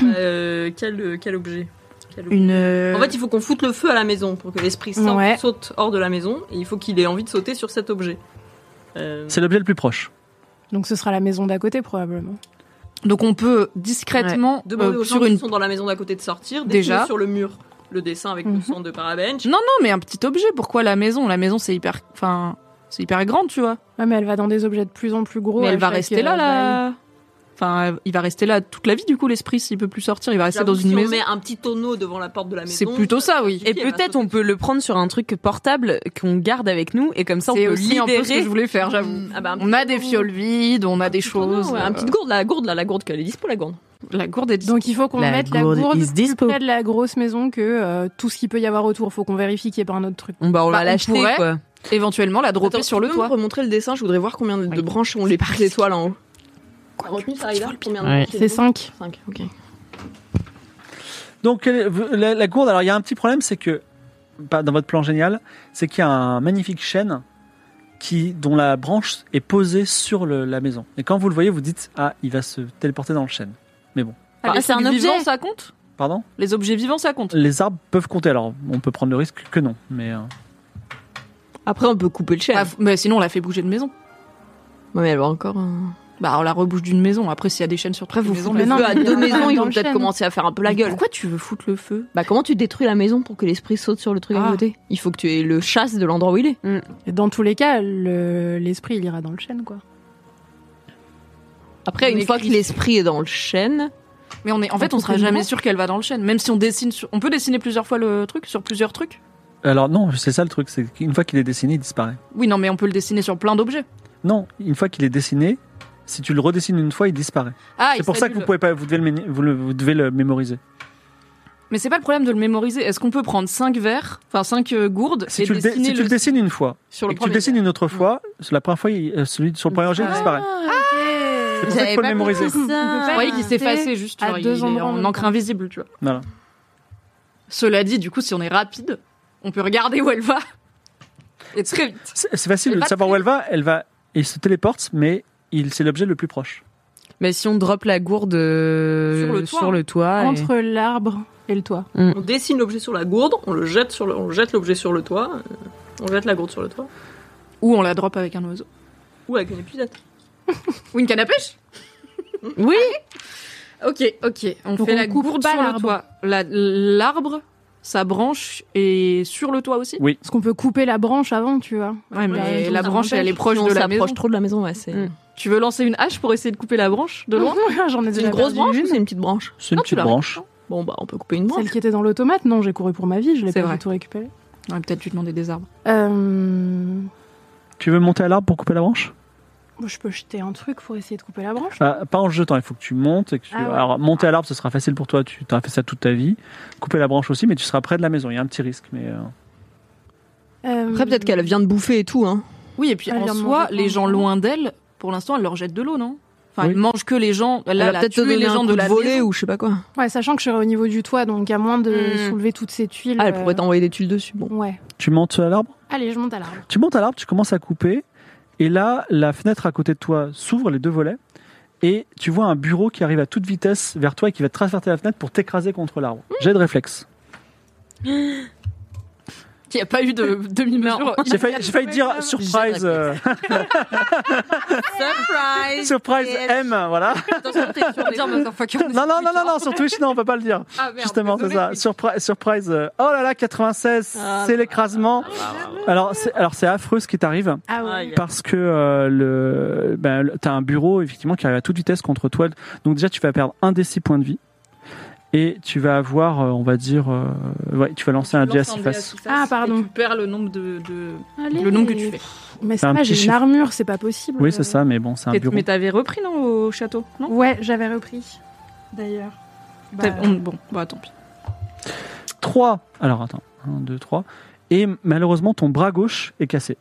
S2: Hmm.
S5: Euh, quel, euh, quel objet Quel objet
S6: Une.
S2: euh,
S5: En fait, il faut qu'on foute le feu à la maison pour que l'esprit sorte-
S6: Ouais.
S5: saute hors de la maison et il faut qu'il ait envie de sauter sur cet objet. Euh,
S4: C'est l'objet le plus proche.
S6: Donc ce sera la maison d'à côté probablement.
S2: Donc on peut discrètement
S5: Demander
S2: euh,
S5: aux gens
S2: sur une.
S5: qui sont dans la maison d'à côté de
S2: Déjà.
S5: sortir,
S2: Hmm.
S5: déjà sur le mur le dessin avec
S6: Mhm.
S5: le sang de Parabench.
S2: Non, non, mais un petit objet. Pourquoi la maison La maison, c'est hyper. Enfin, c'est hyper grande, tu vois.
S6: Ouais, Ah, mais elle va dans des objets de plus en plus gros.
S2: mais
S6: à
S2: elle va
S6: chaque,
S2: rester
S6: euh,
S2: là,
S6: bail.
S5: bah
S2: là. Enfin, il va rester là toute la vie, du coup, l'esprit, s'il peut plus sortir, il va rester dans
S5: J'avoue,
S2: une
S5: si on
S2: maison.
S5: met un petit tonneau devant la porte de la maison.
S2: C'est plutôt ça, oui.
S5: Et
S3: Et
S5: qui est
S3: peut-être
S5: ma
S3: on peut le prendre sur un truc portable qu'on garde avec nous et comme ça on
S2: C'est
S3: peut
S2: aussi un peu ce que
S3: libérer.
S2: je voulais faire, j'avoue.
S5: Ah bah, un
S2: On a des fioles vides, on a des
S5: petit tonneau,
S2: choses.
S5: ouais, un
S2: euh,
S5: petit gourde, la gourde, là, la gourde, qu'elle est dispo, la gourde.
S2: La gourde est.
S6: Donc il faut qu'on
S3: La
S6: mette
S3: gourde
S6: la gourde
S3: is
S6: plus
S3: dispo.
S6: près de la grosse maison que euh, tout ce qu'il peut y avoir autour. Faut qu'on vérifie qu'il n'y ait pas un autre truc.
S3: Bon, bah, on
S2: Bah, on
S3: va l'acheter
S2: pourrait.
S3: quoi.
S2: éventuellement la dropper
S5: Attends,
S2: sur
S5: tu
S2: le
S5: peux me
S2: toit.
S5: remontrer le dessin, je voudrais voir combien de branches ont les petites étoiles en haut. Quoi, retenu, ça arrive là Combien de
S3: Ouais.
S5: branches
S6: C'est 5.
S5: 5, ok.
S4: Donc quelle est- la, la gourde, alors il y a un petit problème, c'est que, pas dans votre plan génial, c'est qu'il y a un magnifique chêne qui, dont la branche est posée sur le- la maison. Et quand vous le voyez, vous dites Ah, il va se téléporter dans le chêne.
S2: Ah,
S3: Ah,
S2: les
S3: c'est
S2: trucs
S3: un objet.
S2: vivants, ça compte
S4: Pardon
S2: Les objets vivants, ça compte.
S4: Les arbres peuvent compter, alors on peut prendre le risque que non. Mais euh,
S5: Après, on peut couper le chêne.
S2: Ah, f- mais sinon, on la fait bouger de maison.
S5: Ouais, mais elle va encore. un-
S2: Bah, on la rebouche d'une maison. Après, s'il y a des chaînes sur
S5: Après,
S2: toute
S5: vous
S2: maison,
S5: foutez le
S6: mais non,
S5: feu à
S6: mais
S5: deux
S6: on va
S5: maisons,
S6: dans
S5: ils vont
S6: le
S5: peut-être
S6: chêne.
S5: commencer à faire un peu la gueule.
S2: Pourquoi tu veux foutre le feu
S5: Bah, comment tu détruis la maison pour que l'esprit saute sur le truc
S2: Ah.
S5: à côté Il faut que tu aies le chasse de l'endroit où il est.
S6: Et dans tous les cas, le- l'esprit il ira dans le chêne quoi.
S5: Après,
S2: On
S5: une fois que
S2: écrit.
S5: l'esprit est dans le chêne,
S2: Mais on est, en fait, on sera jamais sûr qu'elle va dans le chêne. Même si on dessine, sur- on peut dessiner plusieurs fois le truc sur plusieurs trucs.
S4: Alors non, c'est ça le truc, c'est qu'une fois qu'il est dessiné, il disparaît.
S2: Oui, non, mais on peut le dessiner sur plein d'objets.
S4: Non, une fois qu'il est dessiné, si tu le redessines une fois, il disparaît.
S2: Ah, il
S4: c'est pour ça que vous
S2: s'annule.
S4: pouvez pas, vous devez le, méni- vous le- vous devez le mémoriser.
S2: Mais c'est pas le problème de le mémoriser. Est-ce qu'on peut prendre 5 verres, enfin 5 gourdes,
S4: Si,
S2: et
S4: tu le, dé-
S2: dessiner
S4: si tu le dessines une fois,
S2: sur
S4: et
S2: le
S4: que tu le
S2: premier
S4: dessines une autre fois, sur la première fois, il- euh, celui sur le premier jet, il disparaît. C'est pour ça qu'il faut le mémoriser.
S1: ça.
S2: Vous voyez Ah, qu'il s'est effacé
S6: effacé
S2: juste,
S6: à
S2: genre, il
S6: deux
S2: est
S6: endroits en
S2: en
S6: même
S2: encre
S6: temps.
S2: invisible, tu vois.
S4: Voilà.
S2: Cela dit, du coup, si on est rapide, on peut regarder où elle va. Et très vite.
S4: C'est c'est facile
S2: Elle
S4: de
S2: va
S4: savoir
S2: très
S4: où elle va. Elle va, il se téléporte, mais il c'est l'objet le plus proche.
S3: Mais si on drop la gourde euh,
S2: Sur le toit.
S3: sur le toit, et-
S6: Entre l'arbre et le toit.
S5: on dessine l'objet sur la gourde, on le jette sur le- on jette l'objet sur le toit, euh, on jette la gourde sur le toit,
S2: Ou on la drop avec un oiseau.
S5: ou avec une épuisette.
S2: Ou une canne à pêche
S3: Oui.
S2: Ok, ok. On
S6: Donc
S2: fait
S6: on
S2: la
S6: coupe
S2: gourde
S6: pas
S2: sur le
S6: l'arbre.
S2: toit. La- L'arbre, sa branche est sur le toit aussi.
S6: Parce qu'on peut couper la branche avant, tu vois.
S2: Ouais, mais
S6: raison,
S2: la
S6: ça
S2: branche, elle est
S6: m'empêche.
S2: proche
S5: Si on
S2: de la
S5: s'approche
S2: maison.
S5: trop de la maison, ouais, c'est
S3: Mm.
S2: Tu veux lancer une hache pour essayer de couper la branche de loin
S6: J'en ai
S5: C'est
S6: déjà
S5: une grosse
S6: perdu
S5: branche
S6: une.
S5: ou c'est une petite branche
S4: C'est une
S2: Non, tu
S4: petite
S2: l'as
S4: branche.
S5: Bon, bah, on peut couper une branche.
S6: Celle qui était dans l'automate, non, j'ai couru pour ma vie, je l'ai
S2: C'est
S6: pas
S2: vrai.
S6: du tout récupérée.
S2: On aurait peut-être dû demander des arbres.
S6: Euh,
S4: Tu veux monter à l'arbre pour couper la branche
S6: bon, Je peux jeter un truc pour essayer de couper la branche.
S4: Ah, Pas en jetant. Il faut que tu montes. et que tu-
S6: Ah ouais.
S4: Alors monter à l'arbre, ce sera facile pour toi. Tu as fait ça toute ta vie. Couper la branche aussi, mais tu seras près de la maison. Il y a un petit risque, mais euh,
S6: Euh,
S5: Après, peut-être qu'elle vient de bouffer et tout, hein.
S2: Oui, et puis
S6: Elle
S2: en
S6: vient de
S2: soi,
S6: manger
S2: les
S6: plein
S2: gens
S6: de
S2: loin d'elle, pour l'instant, elle leur jette de l'eau, non Enfin,
S4: Oui.
S2: elle mange que les gens. Elle,
S5: Elle
S2: a
S5: va peut-être te
S2: tué
S5: donner
S2: les gens
S5: un
S2: de
S5: coup de
S2: la
S5: voler
S2: maison.
S5: ou je sais pas quoi.
S6: Ouais, sachant que je serai au niveau du toit, donc à moins de
S3: Hmm.
S6: soulever toutes ces tuiles.
S5: Ah, elle pourrait
S6: euh,
S5: t'envoyer des tuiles dessus, bon.
S6: Ouais.
S4: tu montes à l'arbre.
S6: Allez, je monte à l'arbre.
S4: Tu montes à l'arbre, tu commences à couper, et là, la fenêtre à côté de toi s'ouvre, les deux volets, et tu vois un bureau qui arrive à toute vitesse vers toi et qui va traverser la fenêtre pour t'écraser contre l'arbre. J'ai de réflexe.
S2: Il n'y a pas eu de demi-mesure.
S4: J'ai failli, j'ai failli dire surprise, euh,
S5: Surprise
S4: surprise
S5: Yes.
S4: M, voilà.
S2: Attention, t'es sûr de dire, motherfucker.
S4: Non, non, non, non, non, sur Twitch, non, on peut pas le dire.
S2: Ah, merde,
S4: Justement, c'est
S2: désolé.
S4: ça. Surpri- surprise. euh, Oh là là, 96,
S5: Ah,
S4: c'est l'écrasement. Alors, c'est, alors c'est affreux ce qui t'arrive.
S6: Ah ouais.
S5: Aïe.
S4: parce que euh, le, ben, le- t'as un bureau effectivement qui arrive à toute vitesse contre toi. Donc déjà tu vas perdre un des six points de vie et tu vas avoir, euh, on va dire, euh, ouais, tu vas lancer un
S2: Tu
S4: dé à
S2: lances
S4: six
S2: dé
S4: faces.
S2: six faces
S6: Ah,
S2: et
S6: pardon.
S2: Tu perds le nombre de. de-
S6: Allez.
S2: Le nombre que tu fais.
S6: Mais
S4: un
S6: ça, va,
S4: petit
S6: j'ai une
S4: chiffre.
S6: armure, c'est pas possible.
S4: Oui c'est ça, mais bon c'est un
S2: Et-
S4: bureau.
S2: Mais t'avais repris, non, au château Non
S6: Ouais, j'avais repris. D'ailleurs. Bah,
S2: T'avais- on- Bon, bah tant pis.
S4: 3 Alors attends, 1, 2, 3 Et malheureusement ton bras gauche est cassé.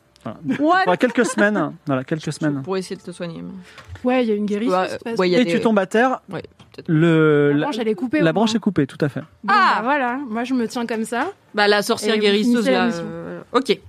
S5: What
S4: Dans quelques semaines. Voilà, quelques semaines.
S5: Pour essayer de te soigner. mais-
S6: Ouais, il y a une guérison.
S5: Ouais,
S6: de toute façon.
S5: Bah, ouais, il y a
S4: Et
S5: des-
S4: tu tombes à terre.
S5: Ouais,
S4: le,
S6: la
S4: la,
S6: branche, elle est coupée.
S4: la
S6: au
S4: branche
S6: moins.
S4: est coupée, tout à fait.
S6: Bon,
S2: Ah.
S6: bah, voilà, moi je me tiens comme ça.
S2: Bah, la sorcière
S6: Et vous
S2: guérisseuse,
S6: finissez la
S2: là.
S6: mission.
S2: euh, Ok.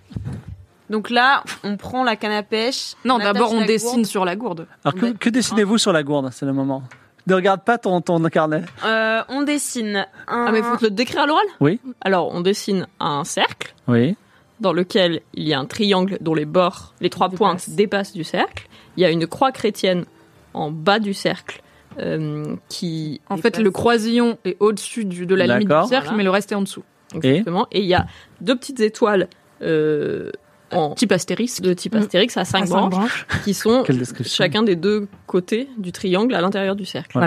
S3: Donc là, on prend la canne à pêche.
S2: Non,
S3: attache
S2: d'abord, on
S3: la
S2: dessine
S3: gourde.
S2: sur la gourde.
S4: Alors, que, que dessinez-vous sur la gourde C'est le moment. Ne regarde pas ton, ton carnet.
S3: Euh, on dessine un.
S5: Ah, mais faut te le décrire à l'oral
S4: Oui.
S5: Alors, on dessine un cercle
S4: Oui.
S5: dans lequel il y a un triangle dont les bords, les trois points dépassent du cercle. Il y a une croix chrétienne en bas du cercle euh, qui.
S2: En fait,
S5: dépasse-
S2: le croisillon est au-dessus du- de la limite
S4: D'accord.
S2: du cercle,
S5: Voilà.
S2: mais le reste est en dessous.
S5: Exactement. Et il y a deux petites étoiles euh, en
S2: Type astérisque.
S5: de type
S6: Mm.
S5: astérix à
S6: À
S5: cinq branches
S6: cinq branches.
S5: qui sont
S4: Quelle description.
S5: chacun des deux côtés du triangle à l'intérieur du cercle.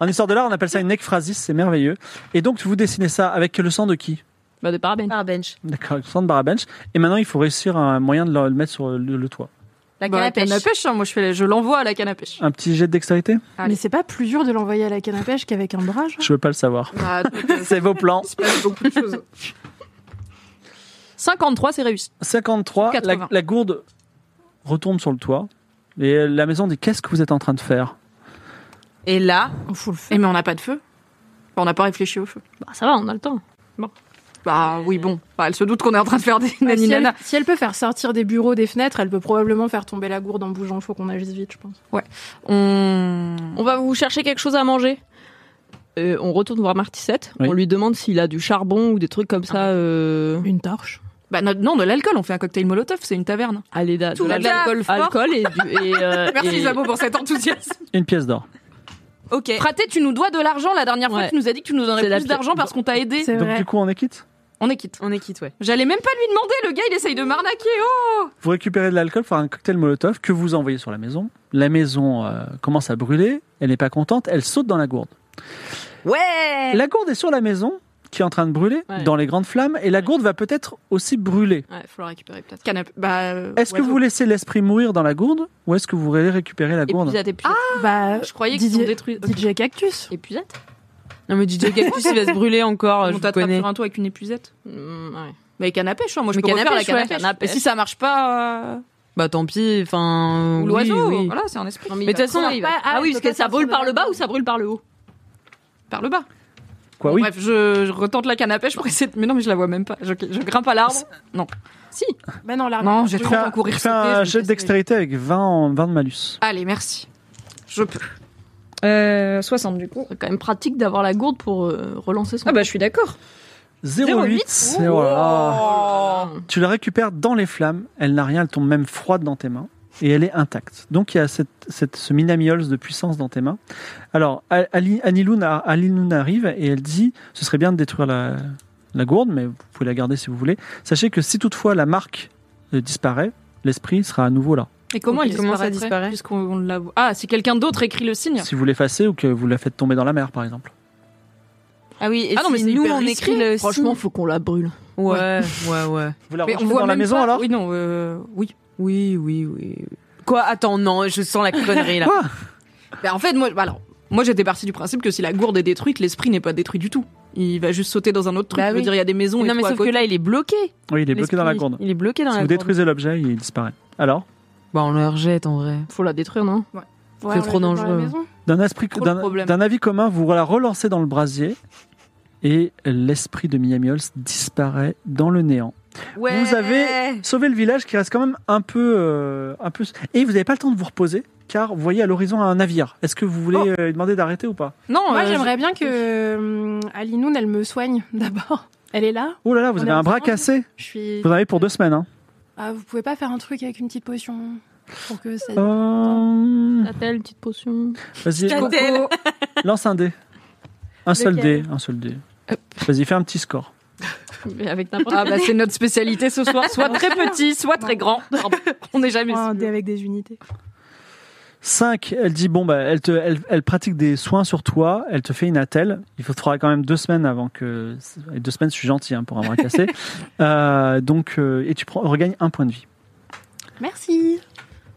S4: En histoire de l'art, on appelle ça une ekphrasis, c'est merveilleux. Et donc, vous dessinez ça avec le sang de qui
S5: Bah, de parabènes.
S3: Par bench.
S4: D'accord, avec le sang de Barabench. Et maintenant, il faut réussir un moyen de le, le mettre sur le, le toit.
S3: La
S2: Bah,
S3: canne à pêche.
S2: hein, moi je, fais, je l'envoie à la canne à pêche.
S4: Un petit jet de dextérité
S2: Allez.
S6: Mais c'est pas plus dur de l'envoyer à la canne à pêche qu'avec un bras, genre
S4: Je veux pas le savoir. C'est vos plans.
S2: 53, c'est réussi.
S4: 53, la,
S2: 80.
S4: la gourde retombe sur le toit. Et la maison dit Qu'est-ce que vous êtes en train de faire
S3: Et là,
S6: On fout le feu.
S2: Eh, mais on n'a pas de feu. Bah, on n'a pas réfléchi au feu.
S5: Bah, ça va, on a le temps.
S2: Bah oui, bon. Bah, elle se doute qu'on est en train de faire des
S6: Ouais, si, elle,
S2: naninana.
S6: si elle peut faire sortir des bureaux, des fenêtres, elle peut probablement faire tomber la gourde en bougeant. Faut qu'on agisse vite, je pense.
S2: On...
S5: On va vous chercher quelque chose à manger. Euh, on retourne voir Martissette.
S4: Oui.
S5: On lui demande s'il a du charbon ou des trucs comme ça. Euh...
S6: Une torche.
S2: Bah, no- non, de l'alcool, on fait un cocktail molotov, c'est une taverne.
S5: Allez, de,
S2: Tout
S5: de
S2: le
S5: l'alcool
S2: taf.
S5: alcool et du. Et, euh, et-
S2: Merci Jabo pour cet enthousiasme.
S4: Une pièce d'or.
S3: ok.
S2: Praté, tu nous dois de l'argent la dernière fois,
S5: Ouais.
S2: tu nous as dit que tu nous
S5: C'est
S2: donnerais
S5: la
S2: plus
S5: pi-
S2: d'argent parce qu'on t'a aidé.
S6: C'est
S4: Donc,
S6: vrai.
S4: du coup, on est quitte
S2: On est quitte.
S3: On est quitte, ouais.
S2: J'allais même pas lui demander, le gars il essaye de m'arnaquer, oh
S4: Vous récupérez de l'alcool, faire un cocktail Molotov que vous envoyez sur la maison. La maison euh, commence à brûler, elle n'est pas contente, elle saute dans la gourde.
S3: Ouais
S4: La gourde est sur la maison, qui est en train de brûler,
S5: Ouais.
S4: dans les grandes flammes, et la gourde va peut-être aussi brûler.
S5: Ouais, faut la récupérer peut-être.
S2: Canap- Bah. euh,
S4: Est-ce que
S2: ouais.
S4: vous laissez l'esprit mourir dans la gourde, ou est-ce que vous allez récupérer la gourde
S5: Épuisette, épuisette.
S6: Bah,
S2: Je croyais qu'ils
S6: Didier-
S2: ont détruit.
S6: DJ Cactus.
S5: épuisette
S3: Non, mais DJ Cactus, il va se brûler encore,
S2: On
S3: je vous
S2: t'attrape
S3: connais.
S2: sur un toit avec une épuisette.
S5: Mm, ouais.
S2: Mais canne à pêche, hein, moi je
S5: Mais
S2: peux
S5: canne à
S2: refaire la
S5: pêche,
S2: canne à
S5: ouais,
S2: pêche.
S5: canne à pêche.
S2: Et si ça marche pas, euh,
S3: Bah tant pis, enfin.
S2: ou
S3: oui,
S2: l'oiseau, Ah
S3: oui.
S2: voilà, c'est un esprit. Bah,
S5: mais
S3: Mais de toute façon,
S6: il va-
S5: Ah,
S6: Ah,
S5: oui,
S6: il
S5: parce
S6: peut
S5: que
S6: pas
S5: ça brûle
S6: sortir
S5: par le
S6: de la
S5: bas ou ça brûle par le haut
S2: Par le bas.
S4: Quoi,
S2: Bon,
S4: Bah oui.
S2: Bref, je, je retente la canne à pêche pour essayer de... Mais non, mais je la vois même pas. Je, je grimpe à l'arbre.
S6: Bah non, l'arbre.
S2: Non, j'ai trop
S4: Fais un-
S2: encouru.
S4: fais un jet de dextérité avec 20, en- 20 de malus.
S2: Allez, merci. Je peux. 60 Euh, du coup.
S5: C'est quand même pratique d'avoir la gourde pour euh, relancer son.
S2: Ah bah je suis d'accord.
S4: 0,8. c'est- oh là là.
S5: bah,
S4: Tu la récupères dans les flammes, elle n'a rien, elle tombe même froide dans tes mains, et elle est intacte. Donc il y a cette, cette- ce minamiols de puissance dans tes mains. Alors Ali- Aniloun a- Aniloun arrive et elle dit ce serait bien de détruire la, la gourde, mais vous pouvez la garder si vous voulez. Sachez que si toutefois la marque euh, disparaît, l'esprit sera à nouveau là.
S2: Et comment
S3: Ok,
S2: il
S3: comment ça
S2: disparaîtrait
S3: disparaît
S2: Puisqu'on l'a- Ah, si quelqu'un d'autre écrit le signe.
S4: Si vous l'effacez ou que vous la faites tomber dans la mer, par exemple.
S3: Ah oui, et
S2: Ah non, mais
S3: si
S2: c'est
S3: nous
S2: hyper
S3: on
S2: risqué.
S3: écrit le.
S5: Franchement, faut qu'on la brûle.
S3: signe- Ouais, ouais, ouais.
S4: Vous la
S2: Mais
S4: rejetez dans la
S2: même
S4: maison
S2: pas-
S4: alors
S2: Oui, non, euh, oui.
S3: Oui, oui, oui. Quoi Attends, non, je sens la connerie là.
S4: Quoi
S2: Bah, en fait, moi, bah, alors, moi j'étais partie du principe que si la gourde est détruite, l'esprit n'est pas détruit du tout. Il va juste sauter dans un autre truc.
S3: Bah
S2: Je veux
S3: oui.
S2: dire, il y a des maisons et
S3: non, mais
S2: tout à
S3: sauf que
S2: côté.
S3: là, il est bloqué.
S4: Oui, il est bloqué dans la gourde.
S3: Il est bloqué dans
S4: Si
S3: la
S4: vous
S3: gourde.
S4: détruisez l'objet, il disparaît. Alors
S3: Bah, on le rejette en vrai.
S5: Faut la détruire, non
S6: Ouais,
S3: C'est
S6: on
S3: trop
S6: la jette dans la
S3: dangereux.
S6: maison.
S4: D'un esprit-
S2: Trop le
S4: d'un-
S2: problème.
S4: d'un avis commun, vous la relancez dans le brasier et l'esprit de Miami Halls disparaît dans le néant.
S3: Ouais.
S4: Vous avez- Sauvez le village qui reste quand même un peu, euh, un peu. Et vous n'avez pas le temps de vous reposer car vous voyez à l'horizon un navire. Est-ce que vous
S6: Oh.
S4: voulez euh, lui demander d'arrêter ou pas
S2: Non,
S6: Moi,
S2: euh,
S6: j'aimerais bien que hum, Alinoun, elle me soigne d'abord. Elle est là.
S4: Oh là là, vous
S6: On
S4: avez
S6: est
S4: un bras
S6: ensemble
S4: cassé.
S6: Je suis.
S4: Vous en avez pour deux semaines. Hein.
S6: Ah, vous pouvez pas faire un truc avec une petite potion pour que ça.
S4: Euh,
S5: T'as-t-elle, petite potion
S4: Vas-y, lance un dé. Un seul dé,
S6: Lequel
S4: un seul dé. Vas-y, fais un petit score.
S5: Mais Avec n'importe
S2: Ah bah c'est notre spécialité ce soir, soit très petit, soit très grand. Pardon, Ah, on n'est jamais
S6: Un
S2: sûr.
S6: dé avec des unités.
S4: 5, elle dit bon, bah, elle, te, elle, elle pratique des soins sur toi, elle te fait une attelle. Il faut- faudra quand même deux semaines avant que. et Deux semaines, je suis gentil hein, pour un bras cassé. Euh, donc, euh, et tu prends, regagnes un point de vie.
S6: Merci.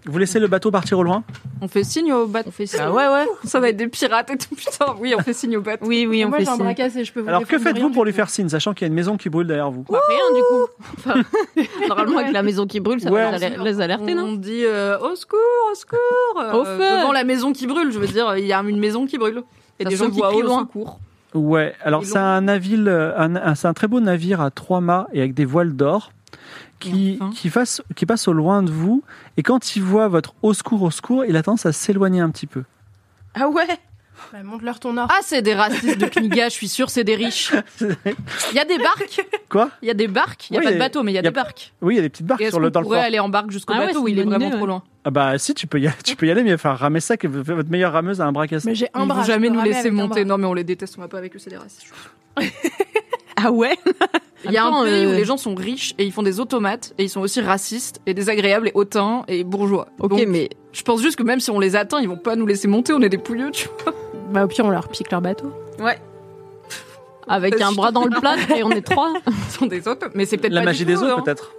S4: Vous laissez le bateau partir au loin
S2: On fait signe au bateau. On fait signe.
S3: Ah ouais, ouais.
S2: Ça va être des pirates et tout, putain. Oui, on fait signe au bateau.
S3: Oui, oui, on
S6: Moi,
S3: fait
S6: j'ai un
S3: signe.
S6: bracasse et je peux vous
S4: Alors que
S6: répondre rien
S4: faites-vous
S6: du
S4: pour lui
S6: tout.
S4: faire signe, sachant qu'il y a une maison qui brûle derrière vous
S2: Bah, rien du coup.
S5: Normalement, avec la maison qui brûle, ça
S4: Ouais.
S5: va les, les alerter, non
S2: On dit euh, au secours, au secours.
S5: Au
S2: euh,
S5: feu.
S2: Devant la maison qui brûle, je veux dire, il y a une maison qui brûle.
S5: Et
S2: Ça
S5: des
S2: se
S5: gens qui
S2: voit
S5: crient
S2: au
S5: loin.
S2: secours.
S4: Ouais, alors
S2: Ils
S4: c'est un navire, euh, un- un- c'est un très beau navire à trois mâts et avec des voiles d'or qui,
S2: enfin.
S4: qui, fasse- qui passe au loin de vous. Et quand il voit votre au secours, au secours, il a tendance à s'éloigner un petit peu.
S3: Ah ouais
S6: Bah, Montre-leur ton or.
S2: Ah, c'est des racistes de Kniga, je suis sûr, c'est des riches. Il y a des barques.
S4: Quoi
S2: Il y a des barques. Il y a
S4: Oui,
S2: pas
S4: et-
S2: de bateau, mais il y a
S4: y a-
S2: des barques.
S4: Oui, il y a des petites barques
S2: Et est-ce
S4: sur le,
S2: qu'on
S4: dans le
S2: pourrait
S4: port.
S2: aller en barque jusqu'au
S5: Ah ouais,
S2: bateau
S5: c'est
S2: où il
S5: une
S2: est
S5: bonne
S2: vraiment
S5: idée,
S2: trop loin
S4: Ah bah si, tu peux y aller, tu peux y aller mais enfin, ramer ça, que v- votre meilleure rameuse a un bras cassé.
S6: Mais j'ai un
S2: Ils
S6: bras.
S2: vont
S6: je
S2: jamais
S6: peux
S2: nous
S6: ramer
S2: laisser
S6: avec un
S2: monter. Non,
S6: bras.
S2: mais on les déteste, on va pas avec eux, c'est des racistes.
S3: Ah ouais
S2: Il y a
S5: Attends,
S2: un pays
S5: euh,
S2: où les gens sont riches et ils font des automates et ils sont aussi racistes et désagréables et hautains et bourgeois.
S5: Ok,
S2: Donc,
S5: mais
S2: je pense juste que même si on les atteint, ils vont pas nous laisser monter, on est des pouilleux, tu vois.
S6: Bah, au pire, on leur pique leur bateau.
S5: avec un bras dans le plat et on est trois.
S2: Ils sont des autres, mais c'est peut-être
S4: La
S2: pas
S4: magie
S2: du
S4: des
S2: tout,
S4: eaux
S2: hein.
S4: peut-être